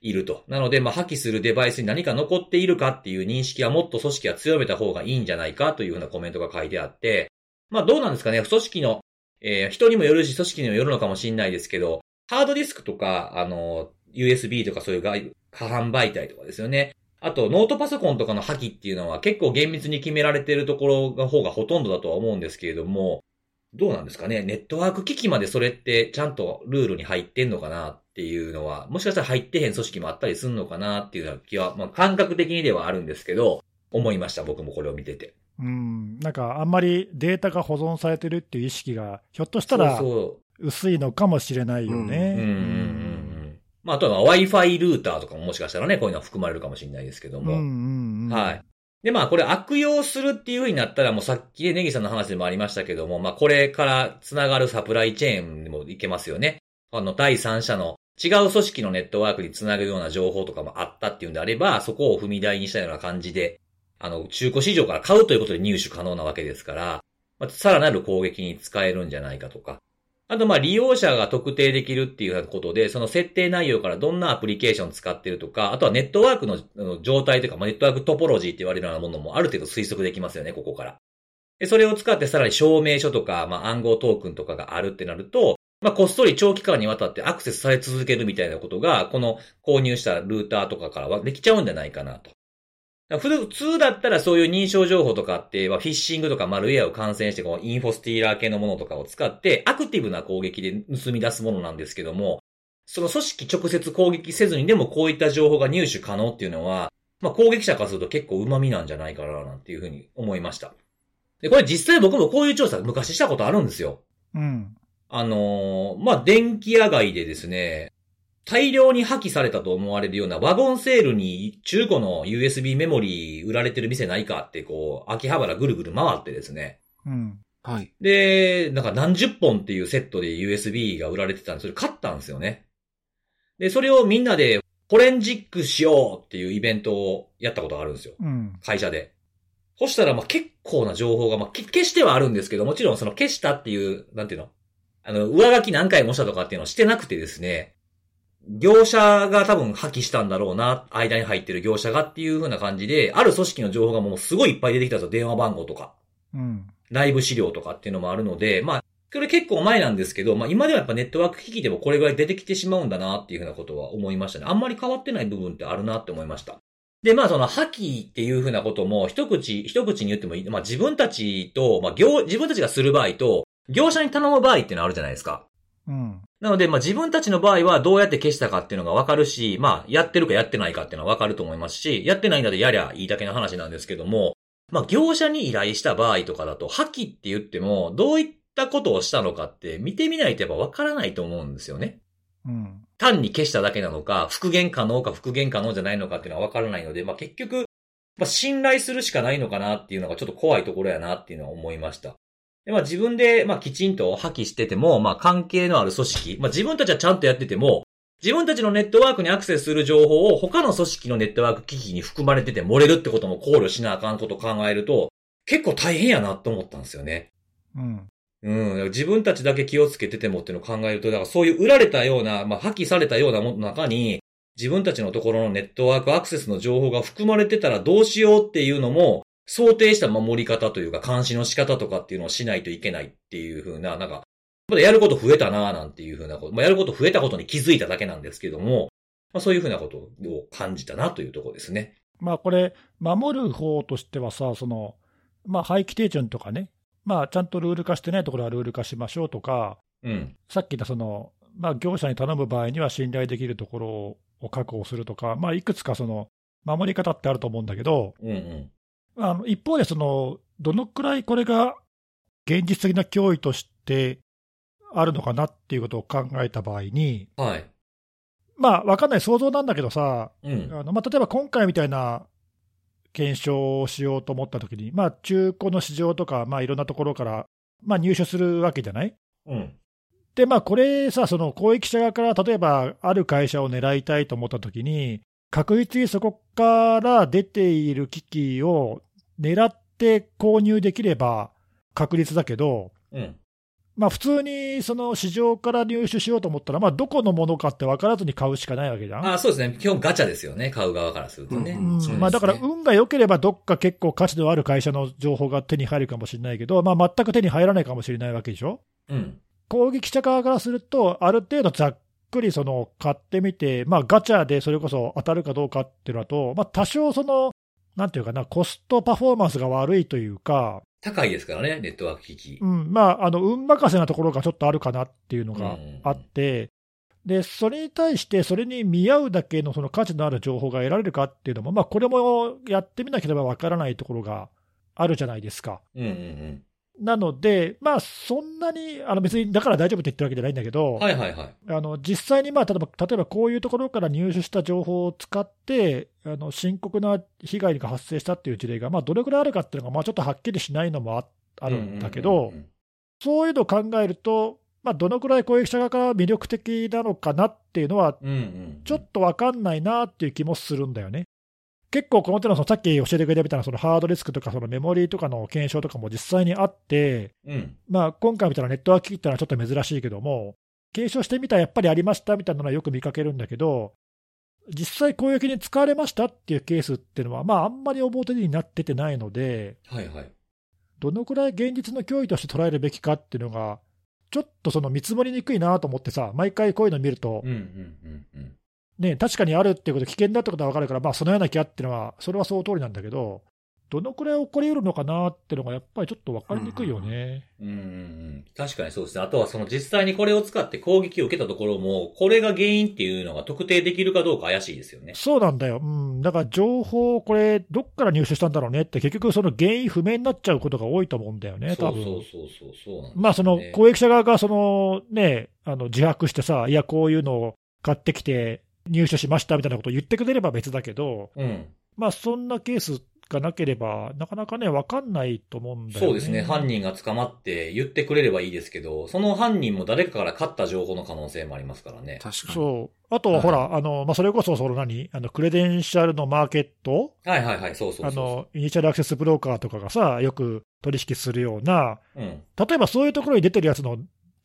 Speaker 1: いると。なので、まあ、破棄するデバイスに何か残っているかっていう認識はもっと組織は強めた方がいいんじゃないかというふうなコメントが書いてあって、まあ、どうなんですかね、組織の、えー人にもよるし、組織にもよるのかもしれないですけど、ハードディスクとか、あの、USB とかそういう外部可販媒体とかですよね。あと、ノートパソコンとかの破棄っていうのは結構厳密に決められているところが方がほとんどだとは思うんですけれども、どうなんですかねネットワーク機器までそれってちゃんとルールに入ってんのかなっていうのは、もしかしたら入ってへん組織もあったりすんのかなっていうような気は、まあ感覚的にではあるんですけど、思いました。僕もこれを見てて。
Speaker 2: うん、なんかあんまりデータが保存されてるっていう意識が、ひょっとしたら
Speaker 1: そうそう
Speaker 2: 薄いのかもしれない
Speaker 1: う
Speaker 2: よね。
Speaker 1: んうんうんう
Speaker 2: うん
Speaker 1: んまあ、あとは Wi-Fi ルーターとかももしかしたらね、こういうのは含まれるかもしれないですけど
Speaker 2: うんう
Speaker 1: も。
Speaker 2: んうん
Speaker 1: はい。で、まあ、これ悪用するっていう風になったら、もうさっきね、ネギさんの話でもありましたけども、まあ、これから繋がるサプライチェーンにもいけますよね。あの、第三者の違う組織のネットワークに繋ぐような情報とかもあったっていうんであれば、そこを踏み台にしたような感じで、あの、中古市場から買うということで入手可能なわけですから、まあ、さらなる攻撃に使えるんじゃないかとか。あと、まあ、利用者が特定できるっていうようなことで、その設定内容からどんなアプリケーション使ってるとか、あとはネットワークのあの状態というか、まあ、ネットワークトポロジーって言われるようなものもある程度推測できますよね、ここから。で、それを使ってさらに証明書とか、まあ、暗号トークンとかがあるってなると、まあ、こっそり長期間にわたってアクセスされ続けるみたいなことが、この購入したルーターとかからはできちゃうんじゃないかなと。だから普通だったらそういう認証情報とかって、まあフィッシングとかマルウェアを感染して、このインフォスティーラー系のものとかを使って、アクティブな攻撃で盗み出すものなんですけども、その組織直接攻撃せずにでもこういった情報が入手可能っていうのは、まあ攻撃者からすると結構旨味なんじゃないかななんていうふうに思いました。で、これ実際僕もこういう調査昔したことあるんですよ。
Speaker 2: うん
Speaker 1: あのーまあ、電気屋街でですね、大量に破棄されたと思われるようなワゴンセールに中古の USB メモリー売られてる店ないかってこう、秋葉原ぐるぐる回ってですね。
Speaker 2: うん
Speaker 3: はい。
Speaker 1: で、なんか何十本っていうセットで USB が売られてたんで、それ買ったんですよね。で、それをみんなでフォレンジックしようっていうイベントをやったことがあるんですよ。
Speaker 2: うん
Speaker 1: 会社で。そしたら、まあ、結構な情報が、まあ、け消してはあるんですけど、もちろんその消したっていう、なんていうのあの、上書き何回もしたとかっていうのをしてなくてですね、業者が多分破棄したんだろうな、間に入ってる業者がっていう風な感じで、ある組織の情報がもうすごいいっぱい出てきたんですよ。電話番号とか、
Speaker 2: うん
Speaker 1: ライブ資料とかっていうのもあるので、まあ、これ結構前なんですけど、まあ今ではやっぱネットワーク機器でもこれぐらい出てきてしまうんだなっていうふうなことは思いましたね。あんまり変わってない部分ってあるなって思いました。で、まあその破棄っていうふうなことも一口、一口に言ってもいい。まあ自分たちと、まあ業、自分たちがする場合と、業者に頼む場合っていうのはあるじゃないですか。
Speaker 2: うん
Speaker 1: なので、まあ自分たちの場合はどうやって消したかっていうのがわかるし、まあやってるかやってないかっていうのはわかると思いますし、やってないんだとやりゃいいだけの話なんですけども、まあ業者に依頼した場合とかだと、破棄って言っても、どういったことをしたのかって見てみないとやっぱわからないと思うんですよね。
Speaker 2: うん
Speaker 1: 単に消しただけなのか、復元可能か復元可能じゃないのかっていうのは分からないので、まあ結局、まあ信頼するしかないのかなっていうのがちょっと怖いところやなっていうのは思いました。でまあ自分で、まあきちんと破棄してても、まあ関係のある組織、まあ自分たちはちゃんとやってても、自分たちのネットワークにアクセスする情報を他の組織のネットワーク機器に含まれてて漏れるってことも考慮しなあかんことを考えると、結構大変やなと思ったんですよね。
Speaker 2: うん
Speaker 1: うん。自分たちだけ気をつけててもっていうのを考えると、だからそういう売られたような、まあ、破棄されたようなものの中に、自分たちのところのネットワークアクセスの情報が含まれてたらどうしようっていうのも、想定した守り方というか、監視の仕方とかっていうのをしないといけないっていうふうな、なんか、まだやること増えたなぁなんていうふうなこと、まあ、やること増えたことに気づいただけなんですけども、まあ、そういうふうなことを感じたなというところですね。
Speaker 2: まあこれ、守る方としてはさ、そのまあ、廃棄手順とかね、まあ、ちゃんとルール化してないところはルール化しましょうとか、
Speaker 1: うん。
Speaker 2: さっき言ったその、まあ、業者に頼む場合には信頼できるところを確保するとか、まあ、いくつかその守り方ってあると思うんだけど、
Speaker 1: うんうん。
Speaker 2: あの一方でその、どのくらいこれが現実的な脅威としてあるのかなっていうことを考えた場合に、
Speaker 1: はい。
Speaker 2: まあ、わかんない、想像なんだけどさ、
Speaker 1: うん。
Speaker 2: あのまあ、例えば今回みたいな検証をしようと思ったときに、まあ、中古の市場とか、まあ、いろんなところから、まあ、入手するわけじゃない
Speaker 1: うん。
Speaker 2: で、まあ、これさ、その公益者側から例えばある会社を狙いたいと思ったときに、確実にそこから出ている機器を狙って購入できれば確率だけど、
Speaker 1: うん。
Speaker 2: まあ、普通にその市場から入手しようと思ったら、まあ、どこのものかって分からずに買うしかないわけじゃん。
Speaker 1: あそうですね。基本ガチャですよね。買う側からするとね。
Speaker 3: う
Speaker 2: うんん
Speaker 3: そうですね
Speaker 2: まあ、だから運が良ければ、どっか結構価値のある会社の情報が手に入るかもしれないけど、まあ、全く手に入らないかもしれないわけでしょ。
Speaker 1: うん。
Speaker 2: 攻撃者側からすると、ある程度ざっくりその買ってみて、まあ、ガチャでそれこそ当たるかどうかっていうのだと、まあ、多少その、なんていうかな、コストパフォーマンスが悪いというか、
Speaker 1: 高いですからね、ネットワーク機器
Speaker 2: う。んまあ、あの運任せなところがちょっとあるかなっていうのがあって、でそれに対して、それに見合うだけのその価値のある情報が得られるかっていうのも、まあ、これもやってみなければわからないところがあるじゃないですか。
Speaker 1: うんうん
Speaker 2: なので、まあ、そんなに、あの別にだから大丈夫って言ってるわけじゃないんだけ
Speaker 1: うん。
Speaker 2: ど、
Speaker 1: はいはいはい。
Speaker 2: あの実際に、まあ、例えば例えばこういうところから入手した情報を使って、あの深刻な被害が発生したっていう事例が、まあ、どれくらいあるかっていうのが、まあ、ちょっとはっきりしないのもああるんだけど、
Speaker 1: うんうんうんうん
Speaker 2: そういうのを考えると、まあ、どのくらい攻撃者側から魅力的なのかなっていうのは、
Speaker 1: うんうん。
Speaker 2: ちょっと分かんないなっていう気もするんだよね。結構、この手のそのさっき教えてくれたみたいなそのハードディスクとかそのメモリーとかの検証とかも実際にあって、
Speaker 1: うん。
Speaker 2: まあ、今回みたいなネットワーク機器ってのはちょっと珍しいけども、検証してみたらやっぱりありましたみたいなのはよく見かけるんだけど、実際攻撃に使われましたっていうケースっていうのは、まあ、あんまり表になっててないので、
Speaker 1: はいはい。
Speaker 2: どのくらい現実の脅威として捉えるべきかっていうのが、ちょっとその見積もりにくいなと思ってさ、毎回こういうの見ると
Speaker 1: う、んうんうんうん。
Speaker 2: ね、確かにあるっていうこと、危険だってことは分かるから、まあ、そのような気がっていうのは、それはその通りなんだけど、どのくらい起こり得るのかなっていうのが、やっぱりちょっと分かりにくいよね。
Speaker 1: うんうんうん、確かにそうですね。あとはその実際にこれを使って攻撃を受けたところも、これが原因っていうのが特定できるかどうか怪しいですよね。
Speaker 2: そうなんだよ、うん、だから情報、これ、どっから入手したんだろうねって、結局、その原因不明になっちゃうことが多いと思うんだよね、
Speaker 1: そ
Speaker 2: 多
Speaker 1: うそう
Speaker 2: 分
Speaker 1: そうそうそうなんですよね、
Speaker 2: まあ、その攻撃者側がその、ね、あの自白してさ、いや、こういうのを買ってきて入手しましたみたいなことを言ってくれれば別だけど、
Speaker 1: うん。
Speaker 2: まあ、そんなケースがなければ、なかなかね、分かんないと思うんだよね。
Speaker 1: そうですね。犯人が捕まって言ってくれればいいですけど、その犯人も誰かから勝った情報の可能性もありますからね。
Speaker 3: 確かに。
Speaker 2: そうあと、
Speaker 1: はい
Speaker 2: ほら、あのまあ、それこそその何あの、クレデンシャルのマーケット
Speaker 1: はいはいはい、そうそう
Speaker 2: あ
Speaker 1: そうそ
Speaker 2: の、イニシャルアクセスブローカーとかがさ、よく取引するような、
Speaker 1: う。うん。
Speaker 2: 例えばそういうところに出てるやつの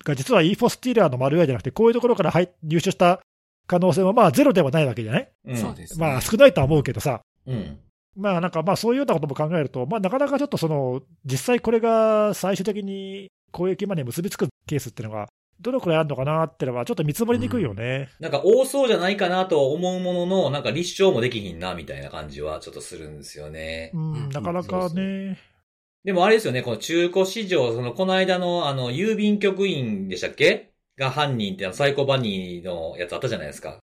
Speaker 2: が、実は e フォスティーラーのマルウェアじゃなくて、こういうところから入入手した可能性はまあゼロではないわけじゃない
Speaker 1: うん、
Speaker 3: そうです、ね。
Speaker 2: まあ少ないとは思うけどさ、
Speaker 1: うん。
Speaker 2: まあなんかまあそういうようなことも考えると、まあなかなかちょっとその、実際これが最終的に公益まで結びつくケースっていうのが、どのくらいあるのかなっていうのは、ちょっと見積もりにくいよね。
Speaker 1: なんか多そうじゃないかなとは思うものの、なんか立証もできひんな、みたいな感じはちょっとするんですよね。
Speaker 2: うん、なかなかね。
Speaker 1: でもあれですよね、この中古市場、そのこの間のあの、郵便局員でしたっけが犯人ってあのサイコバニーのやつあったじゃないですか。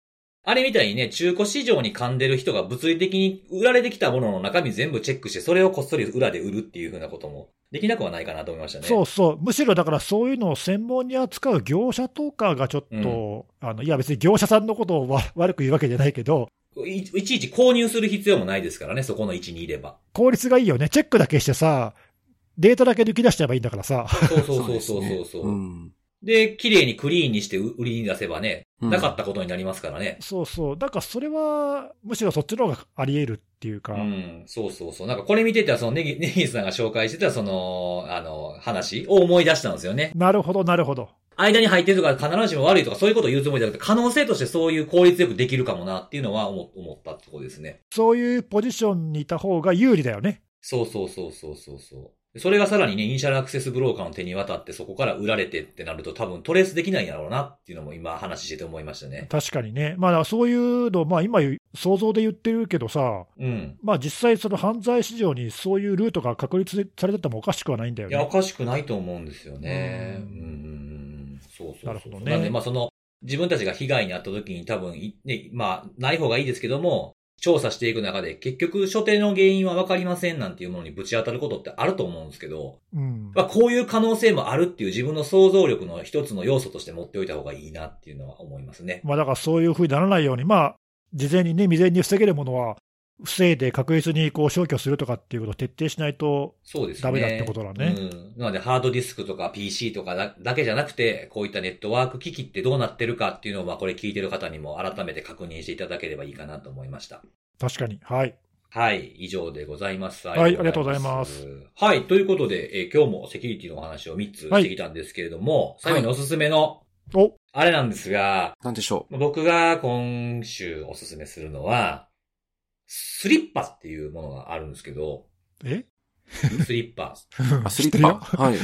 Speaker 1: あれみたいにね、中古市場に噛んでる人が物理的に売られてきたものの中身全部チェックして、それをこっそり裏で売るっていうふうなこともできなくはないかなと思いましたね。
Speaker 2: そうそう、むしろだからそういうのを専門に扱う業者とかがちょっと、あのいや、別に業者さんのことをわ悪く言うわけじゃないけど、
Speaker 1: い。いちいち購入する必要もないですからね、そこの位置にいれば。
Speaker 2: 効率がいいよね、チェックだけしてさ、データだけ抜き出しちゃえばいいんだからさ、
Speaker 1: そうそうそうそうそうそう。
Speaker 3: うん。
Speaker 1: で、綺麗にクリーンにして売りに出せばね、
Speaker 3: うん
Speaker 1: なかったことになりますからね。
Speaker 2: そうそう、だからそれはむしろそっちの方があり得るっていうか、
Speaker 1: うん、そうそうそう。なんかこれ見てた、そのネギ、 ネギさんが紹介してた、その、あの、話を思い出したんですよね。
Speaker 2: なるほど、なるほど、
Speaker 1: 間に入ってるとか、必ずしも悪いとか、そういうことを言うつもりじゃなくて、可能性としてそういう効率よくできるかもなっていうのは思思ったところですね。
Speaker 2: そういうポジションにいた方が有利だよね。
Speaker 1: そうそうそうそうそうそう。それがさらにね、イニシャルアクセスブローカーの手に渡って、そこから売られてってなると、多分トレースできないんだろうなっていうのも今話してて思いましたね。
Speaker 2: 確かにね、まあ、だからそういうの、まあ、今、想像で言ってるけどさ、
Speaker 1: うん。
Speaker 2: まあ、実際、その犯罪市場にそういうルートが確立されててもおかしくはないんだよ
Speaker 1: い
Speaker 2: ね。
Speaker 1: や、おかしくないと思うんですよね。う
Speaker 2: うん
Speaker 1: ん。うんうんそうそうそう。
Speaker 2: なるほどね
Speaker 1: なんで、まあその、自分たちが被害に遭った時に多分い、ね、まあ、ない方がいいですけども、調査していく中で、結局、所定の原因は分かりませんなんていうものにぶち当たることってあると思うんですけど、
Speaker 2: うん
Speaker 1: まあ、こういう可能性もあるっていう自分の想像力の一つの要素として持っておいた方がいいなっていうのは思いますね。
Speaker 2: まあ、だからそういうふうにならないように、まあ、事前にね、未然に防げるものは、防いで確実にこう消去するとかっていうことを徹底しないと、
Speaker 1: そうですね。
Speaker 2: ダメだってことだね
Speaker 1: うん。なので、ハードディスクとか PC とかだだけじゃなくて、こういったネットワーク機器ってどうなってるかっていうのを、まあ、これ聞いてる方にも改めて確認していただければいいかなと思いました。
Speaker 2: 確かに。はい。
Speaker 1: はい、以上でございます。
Speaker 2: いありがとうございます。
Speaker 1: はい、ということで、えー今日もセキュリティのお話を3つしてきたんですけれども、最後におすすめの、
Speaker 2: お
Speaker 1: あれなんですが、
Speaker 3: なんでしょう。
Speaker 1: 僕が今週おすすめするのは、スリッパっていうものがあるんですけ ど、
Speaker 2: え
Speaker 1: スリッパ。
Speaker 3: あ、スリッパ。
Speaker 2: 知っ
Speaker 3: はい。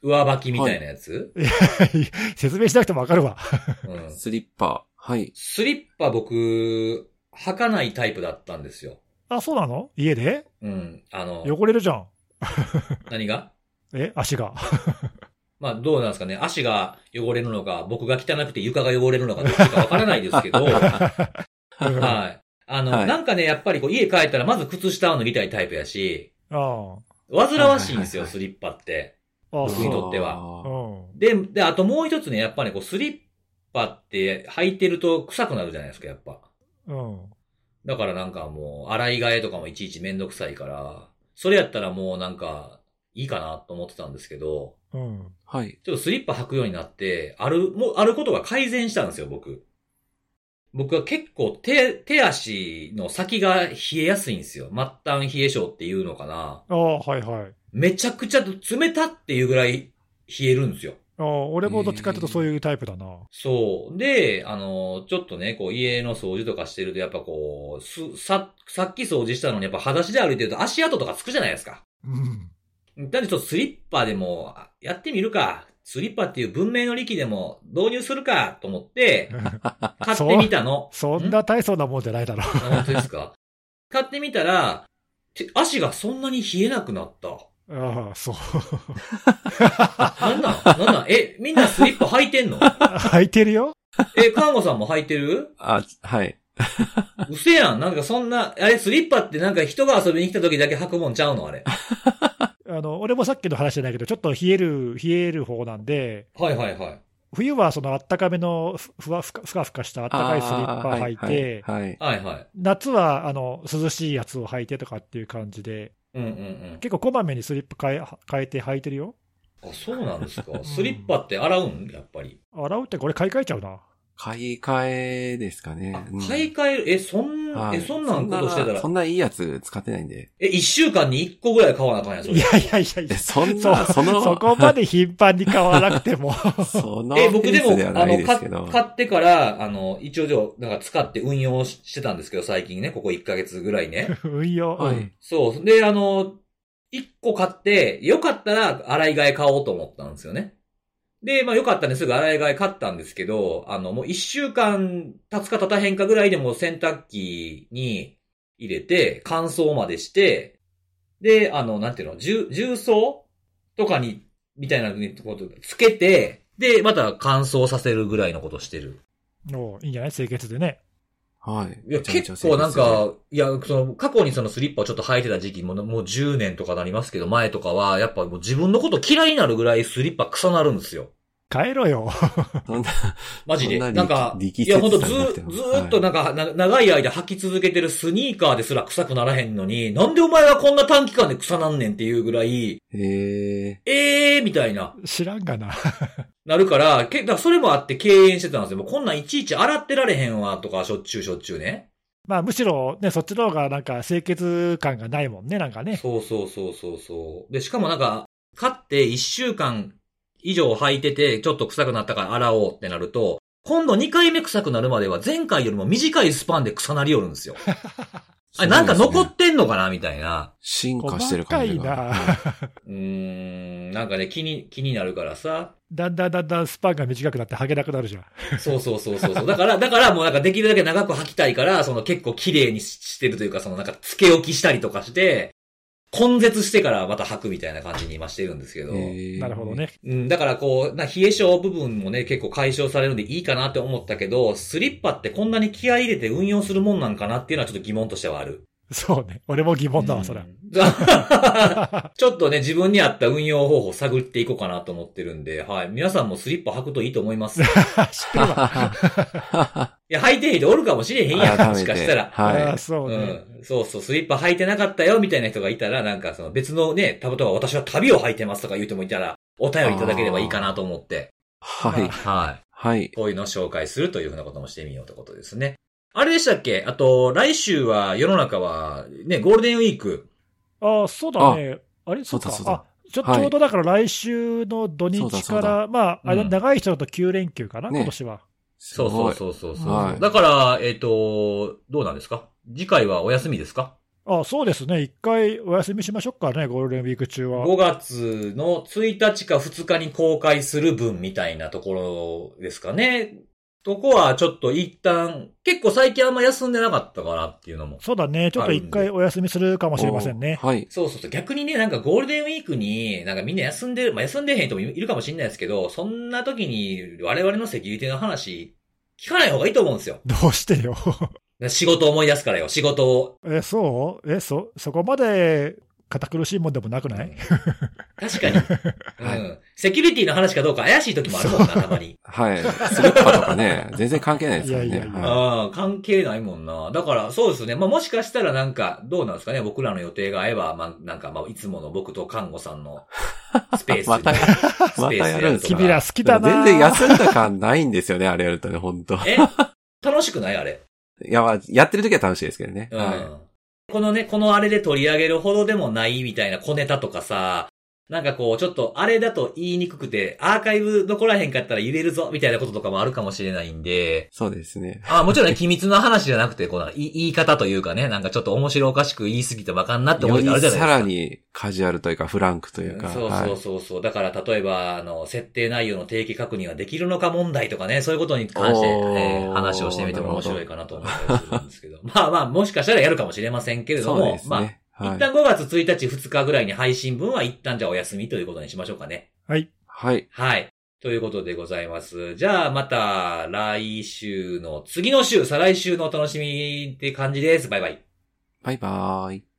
Speaker 1: 上履きみたいなやつ、
Speaker 2: てるよ 説明しなくてもわかるわ。
Speaker 1: うん、
Speaker 3: スリッパ。はい。
Speaker 1: スリッパ僕、履かないタイプだったんですよ。
Speaker 2: あ、そうなの家で
Speaker 1: うん。あの、
Speaker 2: 汚れるじゃん。
Speaker 1: 何が
Speaker 2: え足 が。
Speaker 1: まあどうなんですかね。足が汚れるのか、僕が汚くて床が汚れるのかどっちかわからないですけ ど、
Speaker 2: うんあ
Speaker 1: はい。あの、
Speaker 3: はい
Speaker 1: なんかね、やっぱりこう家帰ったらまず靴下を脱ぎたいタイプやし、
Speaker 2: あ。
Speaker 1: 煩わしいんですよ、
Speaker 3: はいはいはいはい
Speaker 1: スリッパって。
Speaker 2: ああ、
Speaker 1: 僕に
Speaker 2: そ
Speaker 1: とっては
Speaker 2: う。
Speaker 3: は。
Speaker 2: う
Speaker 1: で、で、あともう一つね、やっぱりこうスリッパって履いてると臭くなるじゃないですか、やっぱ。
Speaker 2: ん。うん。
Speaker 1: だからなんかもう、洗い替えとかもいちいちめんどくさいから、それやったらもうなんか、いいかなと思ってたんですけど、
Speaker 2: うん。
Speaker 3: はい。
Speaker 1: ちょっとスリッパ履くようになって、ある、もう、あることが改善したんですよ、僕。僕は結構手、手足の先が冷えやすいんですよ。末端冷え性っていうのかな。
Speaker 2: ああ、はいはい。
Speaker 1: めちゃくちゃ冷たっていうぐらい冷えるんですよ。
Speaker 2: ああ俺もどっちかっていうとそういうタイプだな。
Speaker 1: そう。で、あの、ちょっとね、こう、家の掃除とかしてると、やっぱこう、す、さ、さっき掃除したのに、やっぱ裸足で歩いてると足跡とかつくじゃないですか。
Speaker 2: うん。
Speaker 1: なんでちょっとスリッパでも、あやってみるか。スリッパっていう文明の利器でも導入するかと思って、買ってみたの。
Speaker 2: そんな大層なもんじゃないだろう。
Speaker 1: あ本当ですか買ってみたら、て足がそんなに冷えなくなった。
Speaker 2: ああ、そう。
Speaker 1: なんなんなんなんえ、みんなスリッパ履いてんの
Speaker 2: 履いてるよ
Speaker 1: え、看護さんも履いてる
Speaker 3: あ、はい。
Speaker 1: うせやん。なんかそんな、あれ、スリッパってなんか人が遊びに来た時だけ履くもんちゃうのあ れ。
Speaker 2: あの、俺もさっきの話じゃないけど、ちょっと冷える、冷える方なんで、
Speaker 1: はいはいはい。
Speaker 2: 冬はそのあったかめのふふわふかふかふかしたあったかいスリッパ履いて、
Speaker 3: あーはいはい。は
Speaker 1: は
Speaker 3: い
Speaker 1: いはい。
Speaker 2: 夏はあの涼しいやつを履いてとかっていう感じで、
Speaker 1: うんうんうん。
Speaker 2: 結構こまめにスリッパ変え変えて履いてるよ。
Speaker 1: あ、そうなんですか。スリッパって洗うんやっぱり。
Speaker 2: 洗うってこれ買い替えちゃうな。
Speaker 3: 買い替えですかね
Speaker 1: あ。
Speaker 3: うん
Speaker 1: 買い替える、え、そん、
Speaker 3: はい
Speaker 1: え、そんなんことしてたら
Speaker 3: そん、ないいやつ使ってないんで。
Speaker 1: え、一週間に一個ぐらい買わなあかんやん、そ
Speaker 2: い
Speaker 1: れ。
Speaker 2: やいやいやい
Speaker 3: え
Speaker 2: や。
Speaker 3: そ ん
Speaker 2: そ う
Speaker 3: な、そ の、
Speaker 2: そこまで頻繁に買わなくて も。
Speaker 3: その、
Speaker 1: え、僕でも、
Speaker 3: では
Speaker 1: あ
Speaker 3: な
Speaker 1: の、
Speaker 3: いです
Speaker 1: か
Speaker 3: けど。
Speaker 1: 買ってから、あの、一応じゃあなんか使って運用ししてたんですけど、最近ね、ここ1ヶ月ぐらいね。
Speaker 2: 運用。
Speaker 3: は
Speaker 2: うん
Speaker 3: い。
Speaker 1: そう。で、あの、1個買って、よかったら洗い替え買おうと思ったんですよね。で、まあよかったんですぐ洗い替え買ったんですけど、あの、もう1週間経つか経たへんかぐらいでもう洗濯機に入れて、乾燥までして、で、あの、なんていうの、重、重曹とかに、みたいなのにことつけて、で、また乾燥させるぐらいのことしてる。
Speaker 2: おういいんじゃない清潔でね。
Speaker 3: はい。
Speaker 1: いや、
Speaker 3: めちゃめちゃ
Speaker 1: 結構なん
Speaker 3: 清潔
Speaker 1: か、いや、その、過去にそのスリッパをちょっと履いてた時期も、もう10年とかなりますけど、前とかは、やっぱもう自分のこと嫌いになるぐらいスリッパ臭なるんですよ。
Speaker 2: 帰ろよ。
Speaker 3: でそんな、
Speaker 1: マジで。
Speaker 3: そ
Speaker 1: なんん
Speaker 3: な
Speaker 1: か、
Speaker 3: 力
Speaker 1: いや、ほんとず、
Speaker 3: 力
Speaker 1: ず
Speaker 3: 説されなくても
Speaker 1: ーっとなんか、な長い間履き続けてるスニーカーですら臭くならへんのに、なんでお前はこんな短期間で臭なんねんっていうぐらい、
Speaker 3: へえ
Speaker 1: えーみたいな、
Speaker 2: 知らんがな。
Speaker 1: なるから、け、だからそれもあって敬遠してたんですよ。もうこんなんいちいち洗ってられへんわ、とか、しょっちゅうしょっちゅうね。
Speaker 2: まあむしろね、そっちの方がなんか清潔感がないもんね、なんかね。
Speaker 1: そうそうそうそうそう。で、しかもなんか、買って1週間以上履いてて、ちょっと臭くなったから洗おうってなると、今度2回目臭くなるまでは前回よりも短いスパンで臭なりよるんですよ。あれ、なんか残ってんのかなみたいな。
Speaker 3: 進化し
Speaker 2: 細
Speaker 3: てる感
Speaker 2: か
Speaker 3: じ
Speaker 2: い
Speaker 3: が。
Speaker 2: な。
Speaker 1: うーん、なんかね、気に、気になるからさ。
Speaker 2: だんだんだんだんスパンが短くなって履けなくなるじゃん。
Speaker 1: そうそうそうそうそう。だから、だからもうなんかできるだけ長く履きたいから、その結構綺麗にししてるというか、そのなんか付け置きしたりとかして、根絶してからまた履くみたいな感じに今してるんですけど。
Speaker 3: へえ
Speaker 2: なるほど。 ね。
Speaker 1: うん、だからこう、な冷え性部分もね、結構解消されるんでいいかなって思ったけど、スリッパってこんなに気合い入れて運用するもんなんかなっていうのはちょっと疑問としてはある。
Speaker 2: そうね。俺も疑問だ
Speaker 1: う
Speaker 2: わ、
Speaker 1: ん
Speaker 2: それ。
Speaker 1: ちょっとね、自分に合った運用方法を探っていこうかなと思ってるんで、はい。皆さんもスリッパ履くといいと思い ます。い
Speaker 2: 知ってるわ。
Speaker 1: や、履いてへん人おるかもしれへんやん、もしかしたら。
Speaker 3: は
Speaker 2: あーそうね。
Speaker 1: うん。そうそう、スリッパ履いてなかったよ、みたいな人がいたら、なんかその別のね、タブとか私は旅を履いてますとか言うてもいたら、お便りいただければいいかなと思って。
Speaker 3: い。はい。
Speaker 1: はい。
Speaker 3: はい。
Speaker 1: こういうのを紹介するというふうなこともしてみようってことですね。あれでしたっけあと、来週は世の中は、ね、ゴールデンウィーク。
Speaker 2: ああ、そうだね。あれそ
Speaker 3: そ
Speaker 2: うう
Speaker 3: だ
Speaker 2: か。
Speaker 3: そうだ
Speaker 2: あちょ
Speaker 3: はい
Speaker 2: ちょうどだから来週の土
Speaker 3: そうだ
Speaker 2: 日
Speaker 3: そう
Speaker 2: か
Speaker 3: だ
Speaker 2: ら、まあ、あれ
Speaker 1: うん
Speaker 2: 長い人だと9連休かな、
Speaker 3: ね
Speaker 2: 今年は。
Speaker 1: そうそう
Speaker 3: う。
Speaker 1: そうそうそう。
Speaker 3: はい
Speaker 1: だから、えっ、と、どうなんですか次回はお休みですか
Speaker 2: あそうですね。一回お休みしましょうかね、ゴールデンウィーク中は。
Speaker 1: ?5 月の1日か2日に公開する分みたいなところですかね。そこはちょっと一旦、結構最近あんま休んでなかったかなっていうのも。
Speaker 2: そうだね。ちょっと一
Speaker 1: ある
Speaker 2: 回
Speaker 1: ん
Speaker 2: お休みするかもしれませんね。
Speaker 3: はい。
Speaker 1: そうそうそう。逆にね、なんかゴールデンウィークに、なんかみんな休んでる、まあ休んでへん人もいるかもしれないですけど、そんな時に我々のセキュリティの話、聞かない方がいいと思うんですよ。
Speaker 2: どうしてよ。
Speaker 1: 仕事を思い出すからよ、仕事を。
Speaker 2: え、そうえ、そ、そこまで堅苦しいもんでもなくない、
Speaker 1: うん確 かに、うん。セキュリティの話かどうか怪しい時もあるもんな、たまに。
Speaker 3: はい。スリッパと かね、全然関係ないですから
Speaker 2: い
Speaker 3: ね
Speaker 2: やいや。いや
Speaker 3: は
Speaker 1: ああ、関係ないもんな。だから、そうですね。まあ、もしかしたらなんか、どうなんですかね。僕らの予定が合えば、まあ、なんか、まあ、いつもの僕と看護さんのスペースで。
Speaker 3: また
Speaker 1: ス
Speaker 3: ま
Speaker 1: ペ
Speaker 3: た
Speaker 1: ー
Speaker 3: や
Speaker 1: ス
Speaker 3: るん
Speaker 1: で
Speaker 3: で
Speaker 1: と
Speaker 3: すか
Speaker 1: か
Speaker 2: 君ら好き
Speaker 3: い
Speaker 2: だな
Speaker 3: 全然休んだ感ないんですよね、あれやるとね、本当い
Speaker 1: え楽しくないあれ。
Speaker 3: や、まあやってる時は楽しいですけどね。
Speaker 1: うん
Speaker 3: は
Speaker 1: このね、このあれで取り上げるほどでもないみたいな小ネタとかさ、なんかこう、ちょっとあれだと言いにくくて、アーカイブ残らへんかったら入れるぞ、みたいなこととかもあるかもしれないんで、
Speaker 3: い。そうですね。
Speaker 1: あもちろん ね、機密な話じゃなくて、こうなんかい言い方というかね、なんかちょっと面白おかしく言いすぎてわかんなって思
Speaker 3: よ
Speaker 1: う時ある
Speaker 3: り
Speaker 1: じゃないです
Speaker 3: さ
Speaker 1: から
Speaker 3: にカジュアルというか、フランクというか。
Speaker 1: そう
Speaker 3: は
Speaker 1: そ
Speaker 3: いう
Speaker 1: そうそう。だから、例えば、あの、設定内容の定期確認はできるのか問題とかね、そういうことに関して、
Speaker 3: おー
Speaker 1: えー話をしてみても面白いかなと思ったりするんです けど。まあまあ、もしかしたらやるかもしれませんけれど
Speaker 3: そう
Speaker 1: も
Speaker 3: で、す
Speaker 1: まあ、
Speaker 3: ね。は
Speaker 1: 一
Speaker 3: い。
Speaker 1: 旦5月1日2日ぐらいに配信分は一旦じゃあお休みということにしましょうかね。
Speaker 2: はい。
Speaker 3: はい。
Speaker 1: はい。ということでございます。じゃあ、また来週の、次の週、再来週のお楽しみって感じです。バイバイ。
Speaker 3: バイバーイ。